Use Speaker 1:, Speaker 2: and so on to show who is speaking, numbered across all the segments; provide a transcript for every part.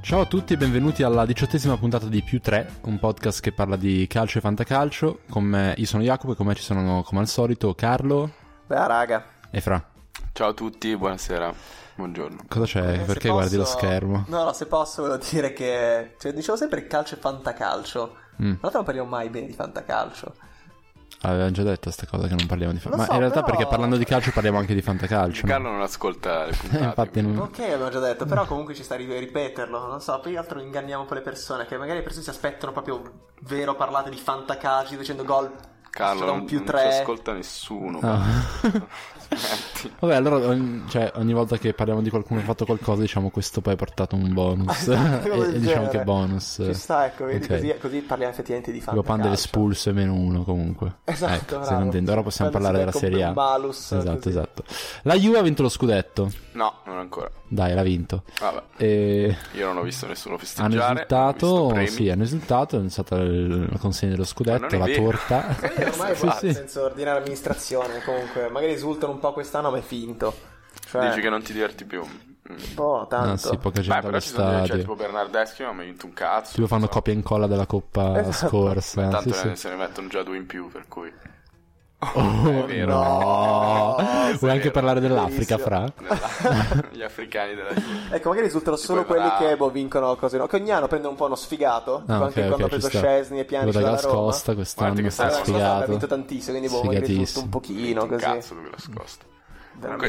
Speaker 1: Ciao a tutti e benvenuti alla diciottesima puntata di Più 3, un podcast che parla di calcio e fantacalcio. Con me, io sono Jacopo e con me ci sono, come al solito, Carlo
Speaker 2: Beh, raga.
Speaker 1: e Fra.
Speaker 3: Ciao a tutti, buonasera, buongiorno.
Speaker 1: Cosa c'è?
Speaker 2: Eh, Se
Speaker 1: Eh, Perché
Speaker 2: posso-
Speaker 1: guardi lo schermo?
Speaker 2: No, no, se posso volevo dire che... Cioè, dicevo sempre calcio e fantacalcio.
Speaker 1: Mm.
Speaker 2: Tra l'altro non parliamo mai bene di fantacalcio.
Speaker 1: Avevamo già detto sta cosa che non parliamo di
Speaker 2: Lo
Speaker 1: fantacalcio. Ma
Speaker 2: so,
Speaker 1: in realtà
Speaker 2: però-
Speaker 1: perché parlando di calcio parliamo anche di fantacalcio. no?
Speaker 3: Carlo non ascolta le
Speaker 1: Eh,
Speaker 3: puntate.
Speaker 1: Infatti non...
Speaker 2: Ok, abbiamo già detto, però comunque ci sta a ri- ripeterlo, non so, più che altro inganniamo un po' le persone, che magari le persone si aspettano proprio vero parlate di fantacalcio dicendo gol,
Speaker 3: Carlo
Speaker 2: da un
Speaker 3: non-
Speaker 2: più
Speaker 3: non
Speaker 2: tre.
Speaker 3: ci ascolta nessuno.
Speaker 1: No.
Speaker 3: Smetti.
Speaker 1: Ah. Vabbè, allora ogni, cioè, ogni volta che parliamo di qualcuno che ha fatto qualcosa, diciamo questo poi ha portato un bonus.
Speaker 2: Esatto,
Speaker 1: e,
Speaker 2: del
Speaker 1: e diciamo
Speaker 2: genere.
Speaker 1: che bonus.
Speaker 2: Ci sta, ecco, vedi,
Speaker 1: Ok.
Speaker 2: così, così parliamo effettivamente di
Speaker 1: Tipo
Speaker 2: fantacalcio.
Speaker 1: Pandel espulso e meno uno comunque.
Speaker 2: Esatto,
Speaker 1: ecco,
Speaker 2: bravo.
Speaker 1: se non intendo. Ora possiamo
Speaker 2: Quando
Speaker 1: parlare della
Speaker 2: si becca
Speaker 1: Serie A.
Speaker 2: un malus,
Speaker 1: esatto,
Speaker 2: così.
Speaker 1: esatto. La Juve ha vinto lo scudetto.
Speaker 3: No, non ancora.
Speaker 1: Dai, l'ha vinto.
Speaker 3: Vabbè,
Speaker 1: Eh. E
Speaker 3: io non ho visto nessuno festeggiare.
Speaker 1: hanno
Speaker 3: non ho
Speaker 1: esultato,
Speaker 3: visto
Speaker 1: sì, hanno esultato, è stata il- la consegna dello
Speaker 3: Ma
Speaker 1: scudetto,
Speaker 3: non è
Speaker 1: la
Speaker 3: vero.
Speaker 1: torta.
Speaker 2: Poi Eh, ormai
Speaker 1: Sì,
Speaker 2: va,
Speaker 1: sì.
Speaker 2: senza ordinare amministrazione, comunque, magari esultano un po' quest'anno, ma è finto. Cioè,
Speaker 3: premi. Dici che non ti diverti più. Mm.
Speaker 2: boh, tanto.
Speaker 1: Ah, sì, poca
Speaker 3: Beh,
Speaker 1: gente
Speaker 3: però
Speaker 1: allo
Speaker 3: ci sono delle- cioè,
Speaker 1: stadio.
Speaker 3: tipo Bernardeschi non ha mai vinto un cazzo.
Speaker 1: Tipo fanno
Speaker 3: non so.
Speaker 1: copia e incolla della coppa
Speaker 2: Esatto.
Speaker 1: scorsa.
Speaker 3: Tanto
Speaker 1: Sì,
Speaker 3: ne-
Speaker 1: sì.
Speaker 3: se ne mettono già due in più, per cui...
Speaker 1: Oh,
Speaker 3: è vero.
Speaker 1: no.
Speaker 2: No,
Speaker 1: Vuoi anche
Speaker 3: vero.
Speaker 1: parlare dell'Africa,
Speaker 2: Bellissimo.
Speaker 1: Fra?
Speaker 3: Gli africani della Juve.
Speaker 2: Ecco, magari risultano
Speaker 3: Tipo
Speaker 2: solo
Speaker 3: i
Speaker 2: quelli
Speaker 3: Bra-
Speaker 2: che boh, vincono cose. No? Che ogni anno prendono un po' uno sfigato. tipo
Speaker 1: Ah, ok,
Speaker 2: anche
Speaker 1: ok,
Speaker 2: quando ha
Speaker 1: ci
Speaker 2: preso
Speaker 1: sta.
Speaker 2: Scesni e Pianici
Speaker 1: Quello da
Speaker 2: dalla Roma. Eh,
Speaker 1: Costa
Speaker 3: Guarda
Speaker 1: quest'anno
Speaker 3: che
Speaker 1: sta
Speaker 3: Gas Costa
Speaker 2: ha
Speaker 1: sfigato.
Speaker 2: vinto tantissimo, quindi boh, magari risulta
Speaker 1: Sfigatissimo.
Speaker 2: un pochino
Speaker 3: Un
Speaker 2: così.
Speaker 3: cazzo quello scosta. Comunque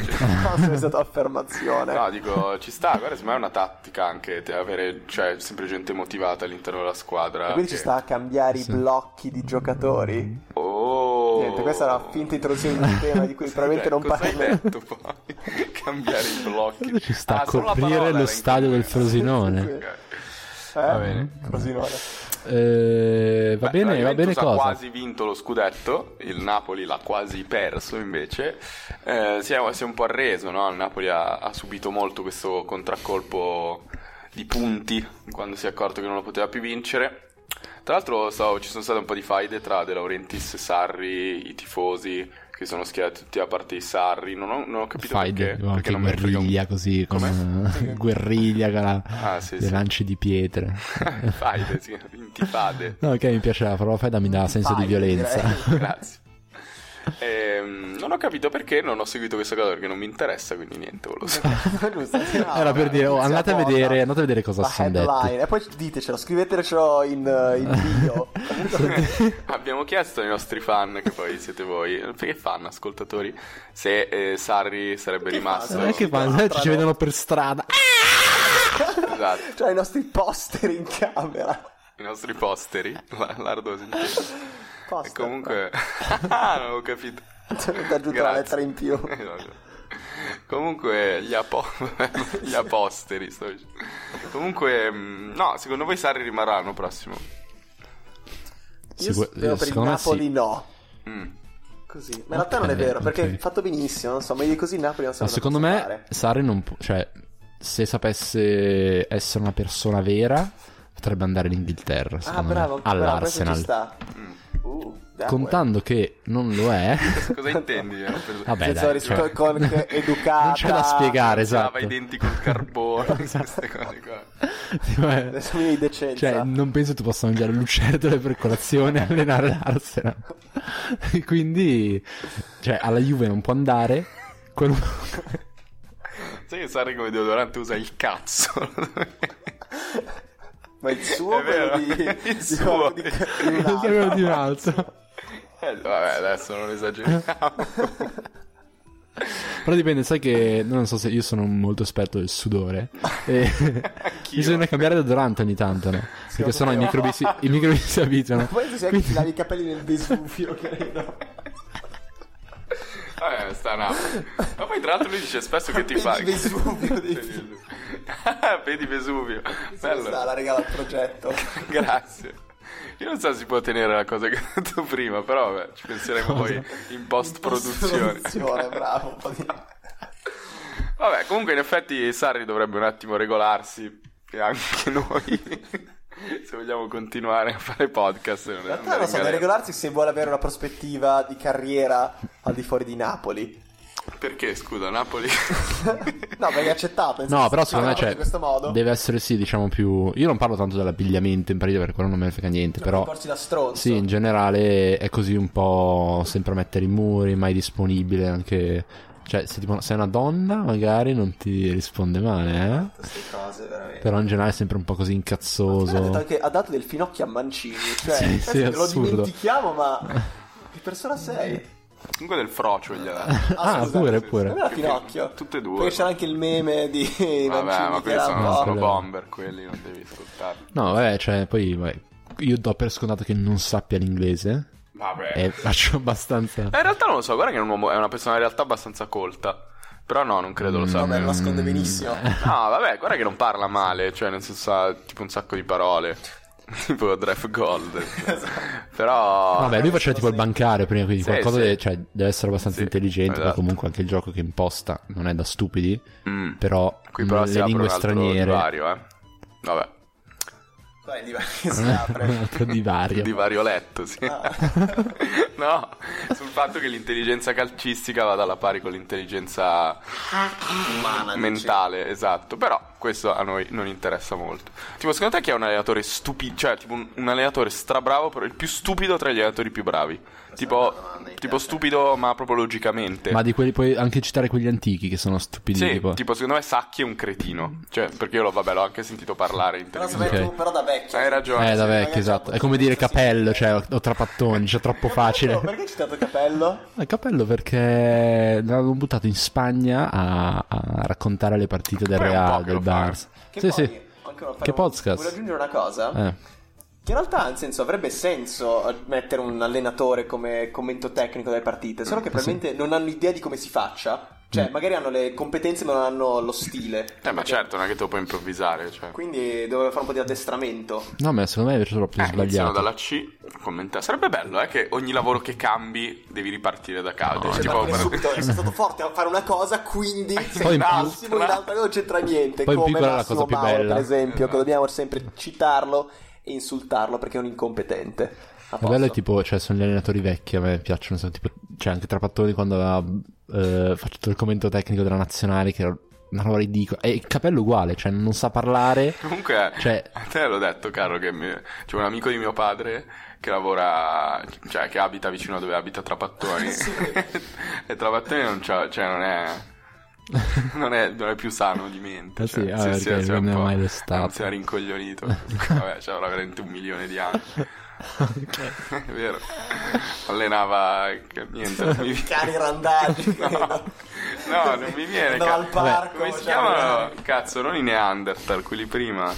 Speaker 2: Veramente.
Speaker 3: c'è-
Speaker 2: Non è stata affermazione.
Speaker 3: No, dico, ci sta, guarda, secondo me è una tattica anche te- avere cioè, sempre gente motivata all'interno della squadra.
Speaker 2: e quindi ci
Speaker 3: che-
Speaker 2: sta a cambiare
Speaker 1: Sì. Mm.
Speaker 2: i blocchi di giocatori.
Speaker 3: Oh.
Speaker 2: Niente, questa era una finta introduzione di
Speaker 1: Oh.
Speaker 2: un tema di cui probabilmente non
Speaker 3: Cosa hai
Speaker 2: parliamo.
Speaker 3: detto poi? Cambiare i blocchi.
Speaker 1: Ci sta a
Speaker 3: Ah, solo la
Speaker 1: coprire
Speaker 3: parola
Speaker 1: lo
Speaker 3: era
Speaker 1: stadio del
Speaker 3: incognita.
Speaker 1: Frosinone.
Speaker 3: Ok.
Speaker 2: Va
Speaker 3: bene.
Speaker 2: Così no. eh.
Speaker 1: Eh, va
Speaker 3: Beh, la
Speaker 1: bene, va
Speaker 3: Juventus
Speaker 1: bene cosa?
Speaker 3: ha quasi vinto lo scudetto, il Napoli l'ha quasi perso invece, Eh, si, è, si è un po' arreso, no? il Napoli ha, ha subito molto questo contraccolpo di punti quando si è accorto che non lo poteva più vincere. Tra l'altro so- ci sono state un po' di faide tra De Laurentiis, Sarri, i tifosi che sono schierati tutti a parte di Sarri, non ho, non ho capito
Speaker 1: Faide,
Speaker 3: perché,
Speaker 1: no,
Speaker 3: perché
Speaker 1: anche
Speaker 3: non me ne frega un-
Speaker 1: guerriglia così, con guerriglia con la-
Speaker 3: Ah, sì,
Speaker 1: le
Speaker 3: sì.
Speaker 1: lanci di pietre.
Speaker 3: faide, sì, intifade.
Speaker 1: No, ok, mi piace la parola faida, mi dà senso di
Speaker 2: Faide,
Speaker 1: violenza.
Speaker 3: Grazie. Ehm, non ho capito perché, non ho seguito questa cosa perché non mi interessa, quindi niente, volevo sapere.
Speaker 2: Giusto, sì, no,
Speaker 1: Era per dire, oh,
Speaker 2: inizia
Speaker 1: andate a
Speaker 2: apposta.
Speaker 1: vedere, andate a vedere cosa
Speaker 2: La
Speaker 1: si sono detti.
Speaker 2: headline. E poi ditecelo, scrivetecelo in, eh, in bio.
Speaker 3: Abbiamo chiesto ai nostri fan, che poi siete voi, perché fan, ascoltatori, se eh, Sarri sarebbe
Speaker 2: Che
Speaker 3: rimasto.
Speaker 2: fan?
Speaker 1: Non è che fanno, eh, ci vedono per strada.
Speaker 3: Esatto,
Speaker 2: cioè i nostri poster in camera.
Speaker 3: i nostri posteri, la- l'ardo sentito. E
Speaker 2: Poster,
Speaker 3: comunque... Ah, non ho capito.
Speaker 2: Ti ho aggiunto una
Speaker 3: Grazie.
Speaker 2: lettera in più.
Speaker 3: Esatto. Comunque gli, apo- gli aposteri sto dicendo. Comunque mm, no, secondo voi Sarri rimarrà l'anno prossimo?
Speaker 2: Io
Speaker 1: Sicur-
Speaker 2: spero per il
Speaker 1: secondo me sì.
Speaker 2: Napoli no.
Speaker 3: Mm.
Speaker 2: Così. Ma in realtà non è
Speaker 1: Ok,
Speaker 2: vero, perché
Speaker 1: ok.
Speaker 2: è fatto benissimo, non so, ma io così il Napoli non so
Speaker 1: No,
Speaker 2: cosa
Speaker 1: secondo
Speaker 2: possa
Speaker 1: me
Speaker 2: fare.
Speaker 1: Sarri non può, cioè, se sapesse essere una persona vera, potrebbe andare in Inghilterra,
Speaker 2: Ah,
Speaker 1: secondo me,
Speaker 2: bravo, bravo, questo ci
Speaker 1: all'Arsenal.
Speaker 2: sta.
Speaker 3: Mm.
Speaker 2: Uh, dai,
Speaker 1: Contando che non lo è,
Speaker 3: Cosa intendi? eh, per-
Speaker 1: vabbè,
Speaker 2: Senza
Speaker 1: dai,
Speaker 2: ris-
Speaker 1: cioè,
Speaker 2: con, con educata.
Speaker 1: non c'è da spiegare, esatto.
Speaker 3: Lava i denti col carbone, queste cose qua.
Speaker 1: Tipo, eh,
Speaker 2: Adesso mi di decenza.
Speaker 1: Cioè, non penso tu possa mangiare lucertole per colazione e allenare l'Arsenal. E Quindi, cioè, alla Juve non può andare. Quello...
Speaker 3: Sai che Sarri come deodorante usa il cazzo?
Speaker 2: Ma il suo
Speaker 3: È vero,
Speaker 2: quello di,
Speaker 3: il
Speaker 2: di-
Speaker 3: suo.
Speaker 2: di- di un altro.
Speaker 1: Quello di un altro.
Speaker 3: Eh, vabbè, adesso non esageriamo.
Speaker 1: Però dipende, sai che non so se io sono molto esperto del sudore. E
Speaker 3: Anch'io.
Speaker 1: bisogna cambiare deodorante ogni tanto, no? Perché sennò i microbi si, i microbi si abituano.
Speaker 2: Poi si è che ti lavi i capelli nel Vesuvio, credo.
Speaker 3: Vabbè, sta a Napoli. Ma poi tra l'altro lui dice spesso che ti
Speaker 2: Vedi
Speaker 3: fa...
Speaker 2: Vesuvio, dici.
Speaker 3: Vedi- Ah, Vedi Vesuvio.
Speaker 2: Questa è
Speaker 3: Bello.
Speaker 2: la regala al progetto.
Speaker 3: Grazie. Io non so se si può tenere la cosa che ho detto prima, però vabbè, ci penseremo poi in post-produzione.
Speaker 2: Produzione, bravo. un po' di-
Speaker 3: Vabbè, comunque in effetti Sarri dovrebbe un attimo regolarsi e anche noi se vogliamo continuare a fare podcast. Non
Speaker 2: In realtà non so, da regolarsi se vuole avere una prospettiva di carriera al di fuori di Napoli.
Speaker 3: Perché, scusa, Napoli?
Speaker 2: No, perché è accettato. nel
Speaker 1: No,
Speaker 2: senso,
Speaker 1: però
Speaker 2: si
Speaker 1: secondo me
Speaker 2: parla
Speaker 1: cioè,
Speaker 2: in questo modo.
Speaker 1: deve essere sì, diciamo più... Io non parlo tanto dell'abbigliamento in partita perché quello non me ne frega niente,
Speaker 2: Non
Speaker 1: però...
Speaker 2: porsi da stronzo.
Speaker 1: Sì, in generale è così un po' sempre a mettere i muri, mai disponibile anche... Cioè, se tipo, sei una donna magari non ti risponde male, eh?
Speaker 2: Queste cose, veramente.
Speaker 1: Però in generale è sempre un po' così
Speaker 2: Ha detto
Speaker 1: incazzoso.
Speaker 2: anche- ha dato del finocchio a Mancini. Cioè,
Speaker 1: Sì,
Speaker 2: penso
Speaker 1: sì,
Speaker 2: che lo
Speaker 1: assurdo.
Speaker 2: dimentichiamo, ma. Che persona sei?
Speaker 3: Comunque del frocio gli ha
Speaker 1: Ah,
Speaker 2: scusa,
Speaker 1: pure,
Speaker 3: sì,
Speaker 1: pure.
Speaker 2: Come era
Speaker 3: Che
Speaker 2: Finocchio?
Speaker 3: tutte e due.
Speaker 2: Poi c'era anche il meme di
Speaker 3: Vabbè,
Speaker 2: Mancini
Speaker 3: ma
Speaker 2: che
Speaker 3: quelli
Speaker 2: era un
Speaker 3: sono,
Speaker 2: po'.
Speaker 3: sono
Speaker 1: Quello-
Speaker 3: bomber, quelli non devi ascoltarli.
Speaker 1: No, vabbè, cioè, poi... vai, Io do per scontato che non sappia l'inglese
Speaker 3: Vabbè.
Speaker 1: e faccio abbastanza...
Speaker 3: Eh, in realtà non lo so, guarda che è, un uomo- è una persona in realtà abbastanza colta. Però no, non credo lo sappia.
Speaker 2: Mm, Vabbè, lo nasconde
Speaker 1: Mm.
Speaker 2: benissimo.
Speaker 3: No, vabbè, guarda che non parla male, cioè nel senso ha tipo un sacco di parole. tipo draft gold.
Speaker 2: Esatto.
Speaker 3: Però...
Speaker 1: Vabbè, lui faceva tipo il bancario prima, quindi
Speaker 3: eh, Sì,
Speaker 1: qualcosa
Speaker 3: sì.
Speaker 1: de- cioè, deve essere abbastanza
Speaker 3: Sì,
Speaker 1: intelligente. Poi
Speaker 3: esatto.
Speaker 1: comunque anche il gioco che imposta non è da stupidi,
Speaker 3: Mm.
Speaker 1: però,
Speaker 3: Qui però
Speaker 1: mh,
Speaker 3: si
Speaker 1: le
Speaker 3: apre un
Speaker 1: lingue
Speaker 3: altro
Speaker 1: straniere.
Speaker 3: divario, eh. Vabbè,
Speaker 2: Poi il divario che si
Speaker 1: Un
Speaker 2: apre.
Speaker 1: altro divario.
Speaker 3: divario letto, sì.
Speaker 2: Ah.
Speaker 3: no, sul fatto che l'intelligenza calcistica vada alla pari con
Speaker 2: Ah,
Speaker 3: l'intelligenza
Speaker 2: Umana, dice.
Speaker 3: mentale, esatto. Però questo a noi non interessa molto. Tipo, secondo te chi è un allenatore stupido? Cioè, tipo un, un allenatore strabravo, però il più stupido tra gli allenatori più bravi.
Speaker 2: è
Speaker 3: Tipo,
Speaker 2: una domanda di
Speaker 3: tipo
Speaker 2: piacere.
Speaker 3: stupido, ma proprio logicamente.
Speaker 1: Ma di quelli puoi anche citare quelli antichi che sono stupidi.
Speaker 3: sì,
Speaker 1: tipo.
Speaker 3: tipo... secondo me Sacchi è un cretino. Cioè, perché io l'ho, vabbè, l'ho anche sentito parlare in
Speaker 2: Però,
Speaker 3: televisione.
Speaker 2: sapete,
Speaker 1: Ok.
Speaker 2: tu, però da vecchio.
Speaker 3: Hai ragione.
Speaker 1: eh, da
Speaker 2: sì,
Speaker 1: vecchio,
Speaker 2: magari
Speaker 1: esatto.
Speaker 2: c'è
Speaker 1: È come dire
Speaker 2: potenza,
Speaker 1: capello,
Speaker 2: sì.
Speaker 1: cioè, o trappattoni, cioè, troppo facile.
Speaker 2: Oh, Perché hai citato Capello?
Speaker 1: Il capello perché l'hanno buttato in Spagna a, a raccontare le partite del
Speaker 3: Poi è un po'
Speaker 1: Real,
Speaker 3: che
Speaker 1: del
Speaker 3: lo fa.
Speaker 1: Barça.
Speaker 2: Che
Speaker 1: Sì,
Speaker 2: poi,
Speaker 1: sì.
Speaker 2: ancora fare
Speaker 1: Che
Speaker 2: un-
Speaker 1: podcast.
Speaker 2: Voglio aggiungere una cosa.
Speaker 1: Eh.
Speaker 2: Che in realtà, nel senso, avrebbe senso eh, mettere un allenatore come commento tecnico delle partite, solo
Speaker 1: Eh,
Speaker 2: che probabilmente non hanno idea di come si faccia.
Speaker 1: Mm.
Speaker 2: Cioè, magari hanno le competenze, ma non hanno lo stile.
Speaker 3: Eh, ma certo, non è che te lo puoi improvvisare. Cioè.
Speaker 2: Quindi dovrebbero fare un po' di addestramento.
Speaker 1: No, ma secondo me è invece troppo
Speaker 3: Eh, iniziano
Speaker 1: sbagliato.
Speaker 3: dalla C, commenta. Sarebbe bello, eh, che ogni lavoro che cambi devi ripartire da capo.
Speaker 2: Cioè,
Speaker 3: tipo,
Speaker 2: partire subito,
Speaker 1: eh.
Speaker 2: sono stato forte a fare una cosa, quindi
Speaker 1: Poi in più-
Speaker 2: Massimo in alta non c'entra niente.
Speaker 1: Poi in
Speaker 2: come
Speaker 1: piccola è la
Speaker 2: Massimo
Speaker 1: cosa più
Speaker 2: Mauro,
Speaker 1: bella.
Speaker 2: per esempio,
Speaker 3: Esatto.
Speaker 2: che dobbiamo sempre citarlo e insultarlo perché è un incompetente. A
Speaker 1: Ma bello è
Speaker 2: posto.
Speaker 1: tipo, cioè, sono gli allenatori vecchi, a me piacciono, sono tipo, cioè, anche Trapattoni quando aveva eh, fatto il commento tecnico della nazionale, che era una roba ridicola, e il capello uguale, cioè, non sa parlare,
Speaker 3: Comunque,
Speaker 1: Cioè-
Speaker 3: a te l'ho detto, Carlo, che mi- c'è un amico di mio padre che lavora, cioè che abita vicino a dove abita Trapattoni. e Trapattoni non, c'ha- cioè, non è. Non è, non è più sano di mente.
Speaker 1: Ah,
Speaker 3: cioè,
Speaker 1: sì? Ah, perché
Speaker 3: è un
Speaker 1: non è
Speaker 3: po'-
Speaker 1: mai lo stato.
Speaker 3: anzi, è rincoglionito. Vabbè, c'era veramente un milione di anni. è vero. Allenava. che- Niente, non mi
Speaker 2: Cani randaggi.
Speaker 3: No, no, non mi viene.
Speaker 2: Andava al
Speaker 3: ca-
Speaker 2: parco.
Speaker 3: Come si
Speaker 2: cioè,
Speaker 3: chiamano? Cazzo, non i Neanderthal, quelli prima.
Speaker 2: Ah.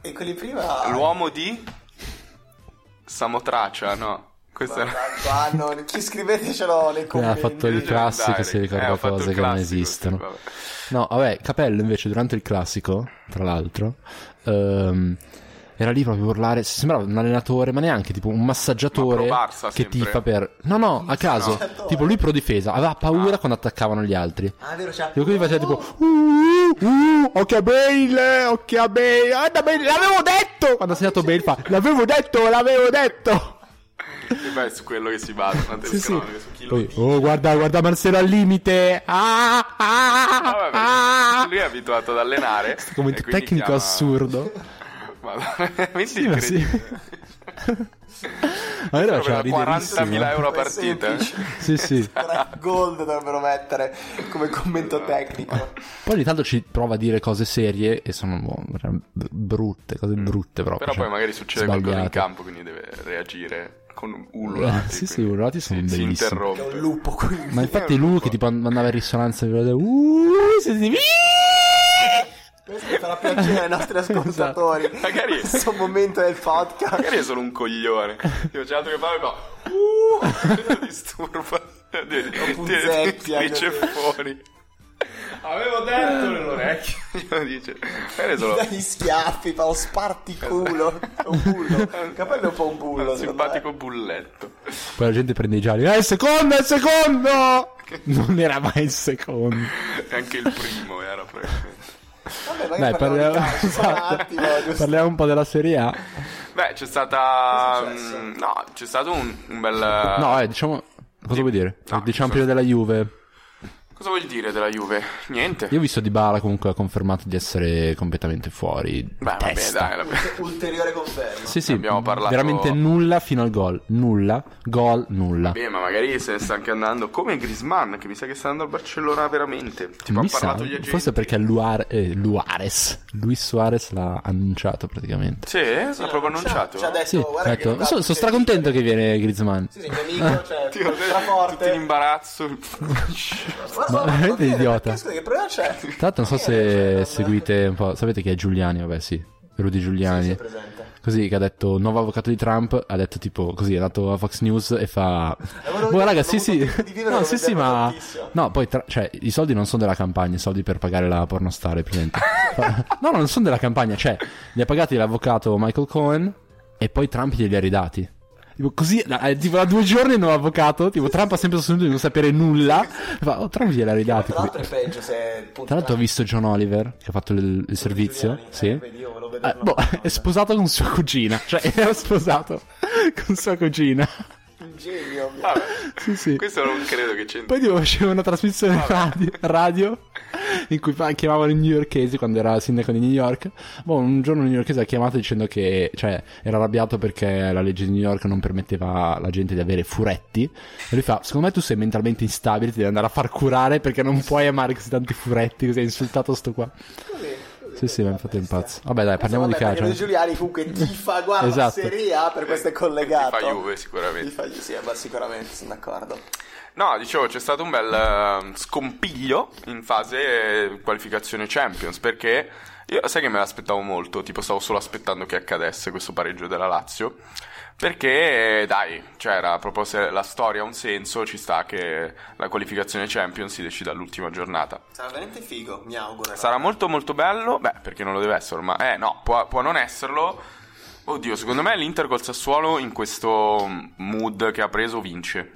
Speaker 2: E quelli prima...
Speaker 3: L'uomo di Samotracia, no? Questo era
Speaker 2: Ah, no, chi scrivetecelo nei
Speaker 1: Ah, ha
Speaker 2: commenti.
Speaker 1: fatto il classico, si ricorda
Speaker 3: Eh, ho fatto
Speaker 1: cose
Speaker 3: il
Speaker 1: che non
Speaker 3: classico,
Speaker 1: esistono.
Speaker 3: sì, vabbè.
Speaker 1: No, vabbè, Capello invece durante il classico, tra l'altro, ehm, era lì proprio a urlare, sembrava un allenatore, ma neanche tipo un massaggiatore
Speaker 3: Ma pro Barça
Speaker 1: che
Speaker 3: sempre.
Speaker 1: tifa per... No, no, a caso,
Speaker 2: massaggiatore.
Speaker 1: tipo lui pro difesa, aveva paura quando attaccavano gli altri.
Speaker 2: Ah, è vero, cioè...
Speaker 1: E quindi faceva tipo uh, uh, Occhio a Bale, occhio a Bale, guarda Bale, l'avevo detto! Quando ha segnato Bale fa, l'avevo detto, l'avevo detto!
Speaker 3: E beh, è su quello che si basano,
Speaker 1: Sì, sì.
Speaker 3: su chi lo
Speaker 1: Poi,
Speaker 3: dice.
Speaker 1: oh guarda, guarda Marcelo al limite! Ah,
Speaker 3: Ah,
Speaker 1: ah,
Speaker 3: vabbè,
Speaker 1: ah!
Speaker 3: Lui è abituato ad allenare.
Speaker 1: Questo commento
Speaker 3: e quindi
Speaker 1: tecnico
Speaker 3: chiama-
Speaker 1: assurdo.
Speaker 3: Ma veramente
Speaker 1: Sì, ma sì.
Speaker 3: incredibile.
Speaker 1: Ma allora
Speaker 3: Proprio
Speaker 1: c'era
Speaker 3: da
Speaker 1: riderissimo.
Speaker 3: 40.000 euro a
Speaker 2: Poi è
Speaker 3: partita. eh.
Speaker 2: semplice.
Speaker 1: Sì, sì.
Speaker 2: Tre Gold dovrebbero mettere come commento
Speaker 3: Esatto.
Speaker 2: tecnico.
Speaker 1: Poi ogni tanto ci prova a dire cose serie e sono boh, brutte, cose brutte proprio.
Speaker 3: Mm. Però
Speaker 1: cioè,
Speaker 3: poi magari succede qualcosa in
Speaker 1: sbagliate.
Speaker 3: campo, quindi deve reagire con ululati.
Speaker 1: Ah, Sì, sì,
Speaker 3: quindi
Speaker 1: ululati sono
Speaker 3: si, si
Speaker 1: bellissimi.
Speaker 2: Che è un
Speaker 3: interrompe.
Speaker 2: lupo, quindi.
Speaker 1: Ma infatti lui che tipo andava in risonanza e mi vedeva, "Uh, si- si-
Speaker 2: Questo farà piacere ai nostri ascoltatori.
Speaker 3: Magari-
Speaker 2: Questo momento del podcast.
Speaker 3: Magari è solo un coglione. Tipo, c'è l'altro che fa e fa. Uh, lo disturba. Ti
Speaker 2: punzeppia,
Speaker 3: dice
Speaker 2: capito?
Speaker 3: fuori. Avevo detto nell'orecchio. Glielo dice. Magari è solo.
Speaker 2: Dagli schiaffi, fa un sparticulo. È un bullo. Capello è un po' un bullo.
Speaker 3: Un
Speaker 2: secondo me.
Speaker 3: simpatico bulletto.
Speaker 1: Poi la gente prende i gialli, eh, il secondo, il secondo! Non era mai il secondo.
Speaker 3: E anche il primo eh, era praticamente.
Speaker 2: Vabbè, magari
Speaker 1: Dai,
Speaker 2: parliamo
Speaker 1: parliamo,
Speaker 2: di calcio,
Speaker 1: esatto.
Speaker 2: un attimo. giusto?
Speaker 1: Parliamo un po' della Serie A.
Speaker 3: Beh, c'è stata.
Speaker 2: Cosa è successo?
Speaker 3: mm, No, c'è stato un, un bel.
Speaker 1: No, eh, diciamo... Cosa vuoi dire?
Speaker 3: Ah. No,
Speaker 1: diciamo
Speaker 3: sono-
Speaker 1: prima della Juve.
Speaker 3: eh, Cosa vuol dire della Juve? Niente.
Speaker 1: Io ho visto Di Bala comunque ha confermato di essere completamente fuori. di
Speaker 3: Beh, vabbè,
Speaker 1: testa.
Speaker 3: dai, vabbè.
Speaker 2: Ulteriore conferma.
Speaker 1: Sì, sì,
Speaker 3: Abbiamo parlato-
Speaker 1: veramente nulla fino al gol. Nulla, gol, nulla.
Speaker 3: Beh, ma magari se ne sta anche andando come Grisman, che mi sa che sta andando al Barcellona veramente. Tipo,
Speaker 1: Mi
Speaker 3: ha parlato
Speaker 1: sa,
Speaker 3: gli agenti.
Speaker 1: forse perché Luar- eh, Luares, Luis Suarez l'ha annunciato praticamente.
Speaker 3: Sì, eh, l'ha proprio annunciato.
Speaker 2: Ci ha detto,
Speaker 1: Sì,
Speaker 2: guarda che
Speaker 1: ecco.
Speaker 2: va-
Speaker 1: sono, sono stracontento che viene Griezmann.
Speaker 2: Sì, sì, mio amico, cioè,
Speaker 3: Ti ho detto, Tutti
Speaker 2: straforte.
Speaker 3: in imbarazzo.
Speaker 1: Ma
Speaker 2: Ma- ma- ma-
Speaker 1: veramente
Speaker 2: ma- ma-
Speaker 1: idiota.
Speaker 2: ma- Scusa, che problema c'è?
Speaker 1: Tra l'altro non so se seguite un po', sapete chi è Giuliani, vabbè sì, Rudy Giuliani.
Speaker 2: Sì, sì, presente.
Speaker 1: Così che ha detto nuovo avvocato di Trump, ha detto tipo così, è andato a Fox News e fa...
Speaker 2: Eh, volevo
Speaker 1: Boh
Speaker 2: dire,
Speaker 1: raga,
Speaker 2: ho
Speaker 1: sì
Speaker 2: avuto
Speaker 1: sì,
Speaker 2: tempo di vivere,
Speaker 1: no
Speaker 2: lo
Speaker 1: sì sì
Speaker 2: vendevo
Speaker 1: ma...
Speaker 2: tantissimo.
Speaker 1: No, poi tra- cioè, i soldi non sono della campagna, i soldi per pagare la pornostar, praticamente. no, no, non sono della campagna, cioè, li ha pagati l'avvocato Michael Cohen e poi Trump glieli ha ridati. Tipo, così, da, eh, tipo da due giorni il nuovo avvocato, tipo Trump ha sempre sostenuto di non sapere nulla, fa, oh, Trump glieli ha
Speaker 2: Ma
Speaker 1: ridati.
Speaker 2: Tra l'altro è peggio se... appunto,
Speaker 1: Tra l'altro ho visto John Oliver che ha fatto il, il servizio.
Speaker 2: Giuliani, eh,
Speaker 1: Sì.
Speaker 2: vedi, io volevo
Speaker 1: Eh,
Speaker 2: vederlo.
Speaker 1: boh, è sposato con sua cugina. Cioè, era sposato con sua cugina.
Speaker 2: Un genio.
Speaker 3: Vabbè.
Speaker 1: Sì, sì.
Speaker 3: Questo non credo che c'entri.
Speaker 1: Poi tipo faceva una trasmissione radio, radio in cui fa- chiamavano i newyorkesi quando era sindaco di New York. Boh, un giorno un newyorkese ha chiamato dicendo che cioè, era arrabbiato perché la legge di New York non permetteva alla gente di avere furetti. E lui fa: Secondo me tu sei mentalmente instabile, ti devi andare a far curare perché non puoi amare così tanti furetti. Così hai insultato sto qua.
Speaker 2: Così, così.
Speaker 1: Sì, sì, mi ha fatto impazzo. Vabbè, dai, parliamo
Speaker 2: Vabbè,
Speaker 1: di
Speaker 2: perché
Speaker 1: calcio. eh.
Speaker 2: Luigi Giuliani comunque tifa, guarda,
Speaker 1: Esatto.
Speaker 2: Serie A per questo è collegato.
Speaker 3: Ti fa Juve sicuramente.
Speaker 2: Ti fa Juve, sì, ma sicuramente, sono d'accordo.
Speaker 3: No, dicevo, c'è stato un bel ehm, scompiglio in fase eh, qualificazione Champions perché io sai che me l'aspettavo molto, tipo stavo solo aspettando che accadesse questo pareggio della Lazio. Perché, eh, dai, c'era proprio se la storia ha un senso, ci sta che la qualificazione Champions si decida all'ultima giornata.
Speaker 2: Sarà veramente figo, mi auguro.
Speaker 3: Sarà molto molto bello, beh, perché non lo deve essere, ma eh no, può, può non esserlo. Oddio, secondo me l'Inter col Sassuolo in questo mood che ha preso vince.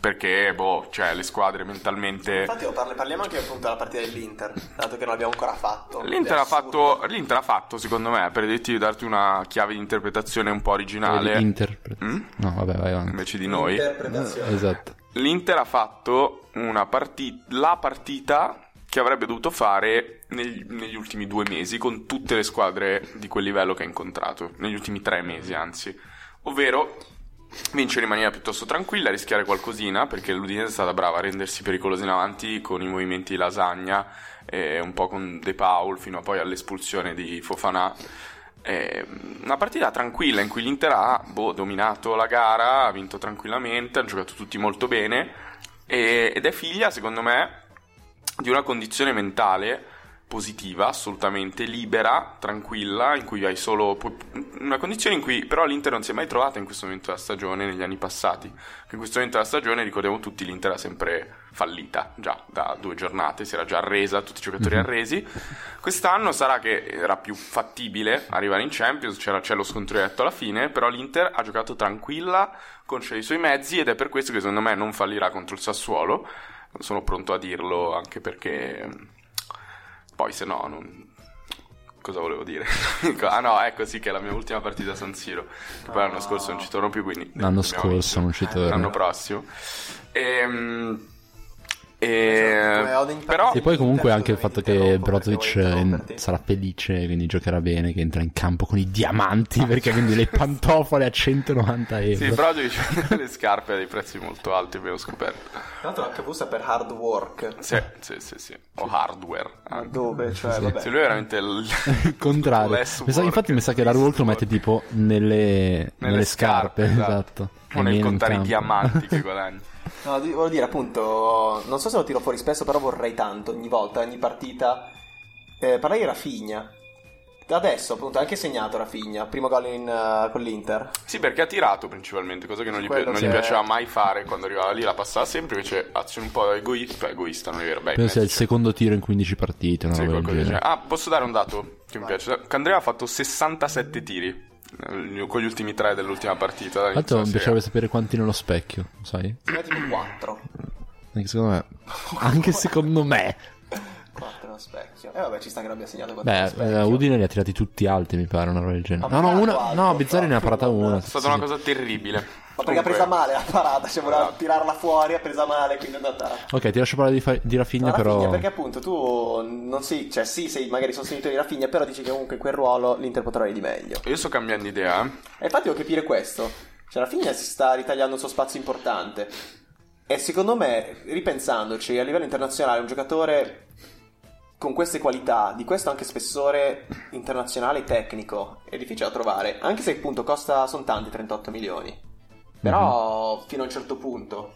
Speaker 3: Perché, boh, cioè, le squadre mentalmente...
Speaker 2: Infatti oh, parli- parliamo anche appunto della partita dell'Inter, dato che non l'abbiamo ancora fatto.
Speaker 3: L'Inter
Speaker 2: È
Speaker 3: ha,
Speaker 2: assurdo.
Speaker 3: fatto, l'Inter ha fatto, secondo me, per dirti, darti una chiave di interpretazione un po' originale,
Speaker 1: Inter.
Speaker 3: Mm?
Speaker 1: No, vabbè, vai avanti.
Speaker 3: invece di noi.
Speaker 2: Interpretazione.
Speaker 1: Esatto.
Speaker 3: L'Inter ha fatto una parti- la partita che avrebbe dovuto fare neg- negli ultimi due mesi con tutte le squadre di quel livello che ha incontrato, negli ultimi tre mesi anzi, ovvero vincere in maniera piuttosto tranquilla, rischiare qualcosina perché l'Udinese è stata brava a rendersi pericolosa in avanti con i movimenti di lasagna e un po' con De Paul fino a poi all'espulsione di Fofanà. Eh, una partita tranquilla in cui l'Inter ha boh, dominato la gara, ha vinto tranquillamente, ha giocato tutti molto bene e- ed è figlia, secondo me, di una condizione mentale positiva, assolutamente libera, tranquilla, in cui hai solo pu- una condizione in cui però l'Inter non si è mai trovata in questo momento della stagione negli anni passati. Che In questo momento della stagione, ricordiamo tutti, l'Inter ha sempre fallita, già da due giornate, si era già arresa, tutti i giocatori arresi. Quest'anno sarà che era più fattibile arrivare in Champions, c'era, c'è lo scontro diretto alla fine, però l'Inter ha giocato tranquilla, conscia dei suoi mezzi ed è per questo che secondo me non fallirà contro il Sassuolo. Sono pronto a dirlo anche perché poi se no non... Cosa volevo dire? ah no, ecco sì che è la mia ultima partita a San Siro. Che poi l'anno scorso non ci torno più, quindi...
Speaker 1: L'anno
Speaker 3: abbiamo
Speaker 1: scorso non ci
Speaker 3: vinto.
Speaker 1: torno.
Speaker 3: L'anno prossimo. Ehm...
Speaker 2: Come
Speaker 3: E...
Speaker 2: Esatto, Odin-
Speaker 3: Però...
Speaker 1: E poi comunque
Speaker 2: Inter,
Speaker 1: anche il
Speaker 2: scusami,
Speaker 1: fatto
Speaker 2: ti
Speaker 1: che
Speaker 2: interrompo
Speaker 1: Brozovic
Speaker 2: perché voglio
Speaker 1: eh,
Speaker 2: interromperti.
Speaker 1: sarà felice, quindi giocherà bene, che entra in campo con i diamanti, perché quindi le pantofole a 190 euro.
Speaker 3: Sì, Brozovic le scarpe a dei prezzi molto alti, abbiamo scoperto.
Speaker 2: Tra l'altro l'HV sta per hard work.
Speaker 3: Sì, sì, sì, sì. O hardware.
Speaker 2: Ma
Speaker 3: anche.
Speaker 2: dove? Cioè, vabbè.
Speaker 3: Se lui è veramente il
Speaker 1: Il contrario.
Speaker 3: less
Speaker 1: Mi sa-
Speaker 3: work,
Speaker 1: infatti mi sa che la Rulk lo mette tipo nelle,
Speaker 3: nelle
Speaker 1: nelle scarpe, esatto.
Speaker 3: Non
Speaker 1: E
Speaker 3: nel
Speaker 1: meno in
Speaker 3: contare i
Speaker 1: campo.
Speaker 3: diamanti che guadagni.
Speaker 2: No, di- volevo dire appunto, non so se lo tiro fuori spesso, però vorrei tanto ogni volta, ogni partita. Eh, parlai di Rafinha. Adesso appunto ha anche segnato Rafinha, primo gol in, eh, con l'Inter.
Speaker 3: Sì, perché ha tirato principalmente, cosa che non gli, pi-
Speaker 2: Quello
Speaker 3: non gli
Speaker 2: che-
Speaker 3: piaceva mai fare quando arrivava lì, la passava sempre, invece azione un po' egoista, egoista non è vero, beh, eh,
Speaker 1: Penso sia il
Speaker 3: sì,
Speaker 1: secondo tiro in 15 partite, una roba del
Speaker 3: qualcosa del
Speaker 1: genere.
Speaker 3: genere. Ah, posso dare un dato che mi piace? Candrea ha fatto 67 tiri eh, con gli ultimi tre dell'ultima partita.
Speaker 1: Tra l'altro
Speaker 3: dall'inizio
Speaker 1: mi
Speaker 3: della
Speaker 1: piacerebbe sapere quanti nello specchio, sai?
Speaker 2: Segna tipo 4.
Speaker 1: Anche secondo me. Anche secondo me.
Speaker 2: 4 specchio. E vabbè, ci sta che l'abbia segnato quattro allo
Speaker 1: Beh, eh,
Speaker 2: specchio.
Speaker 1: Udine li ha tirati tutti alti, mi pare, una roba del genere.
Speaker 2: Ma
Speaker 3: Ah,
Speaker 1: No, no,
Speaker 2: Milano
Speaker 1: una,
Speaker 2: alto,
Speaker 1: no Bizzarri ne ha
Speaker 2: fra-
Speaker 1: parata una.
Speaker 2: è
Speaker 3: È stata una cosa terribile.
Speaker 2: Ma perché ha presa male la parata, cioè voleva tirarla fuori, ha presa male, quindi è andata.
Speaker 1: Ok, ti lascio parlare di, Fa- di Rafinha,
Speaker 2: No, Rafinha,
Speaker 1: però.
Speaker 2: perché appunto tu non sei, cioè sì, sei magari sostenitore di Rafinha, però dici che comunque in quel ruolo l'Inter potrà fare di meglio.
Speaker 3: Io sto cambiando idea, eh.
Speaker 2: E infatti devo capire questo. Cioè, Rafinha si sta ritagliando un suo spazio importante. E secondo me, ripensandoci, a livello internazionale, un giocatore con queste qualità, di questo anche spessore internazionale e tecnico, è difficile da trovare. Anche se appunto costa, sono tanti 38 milioni.
Speaker 1: Mhm.
Speaker 2: Però fino a un certo punto.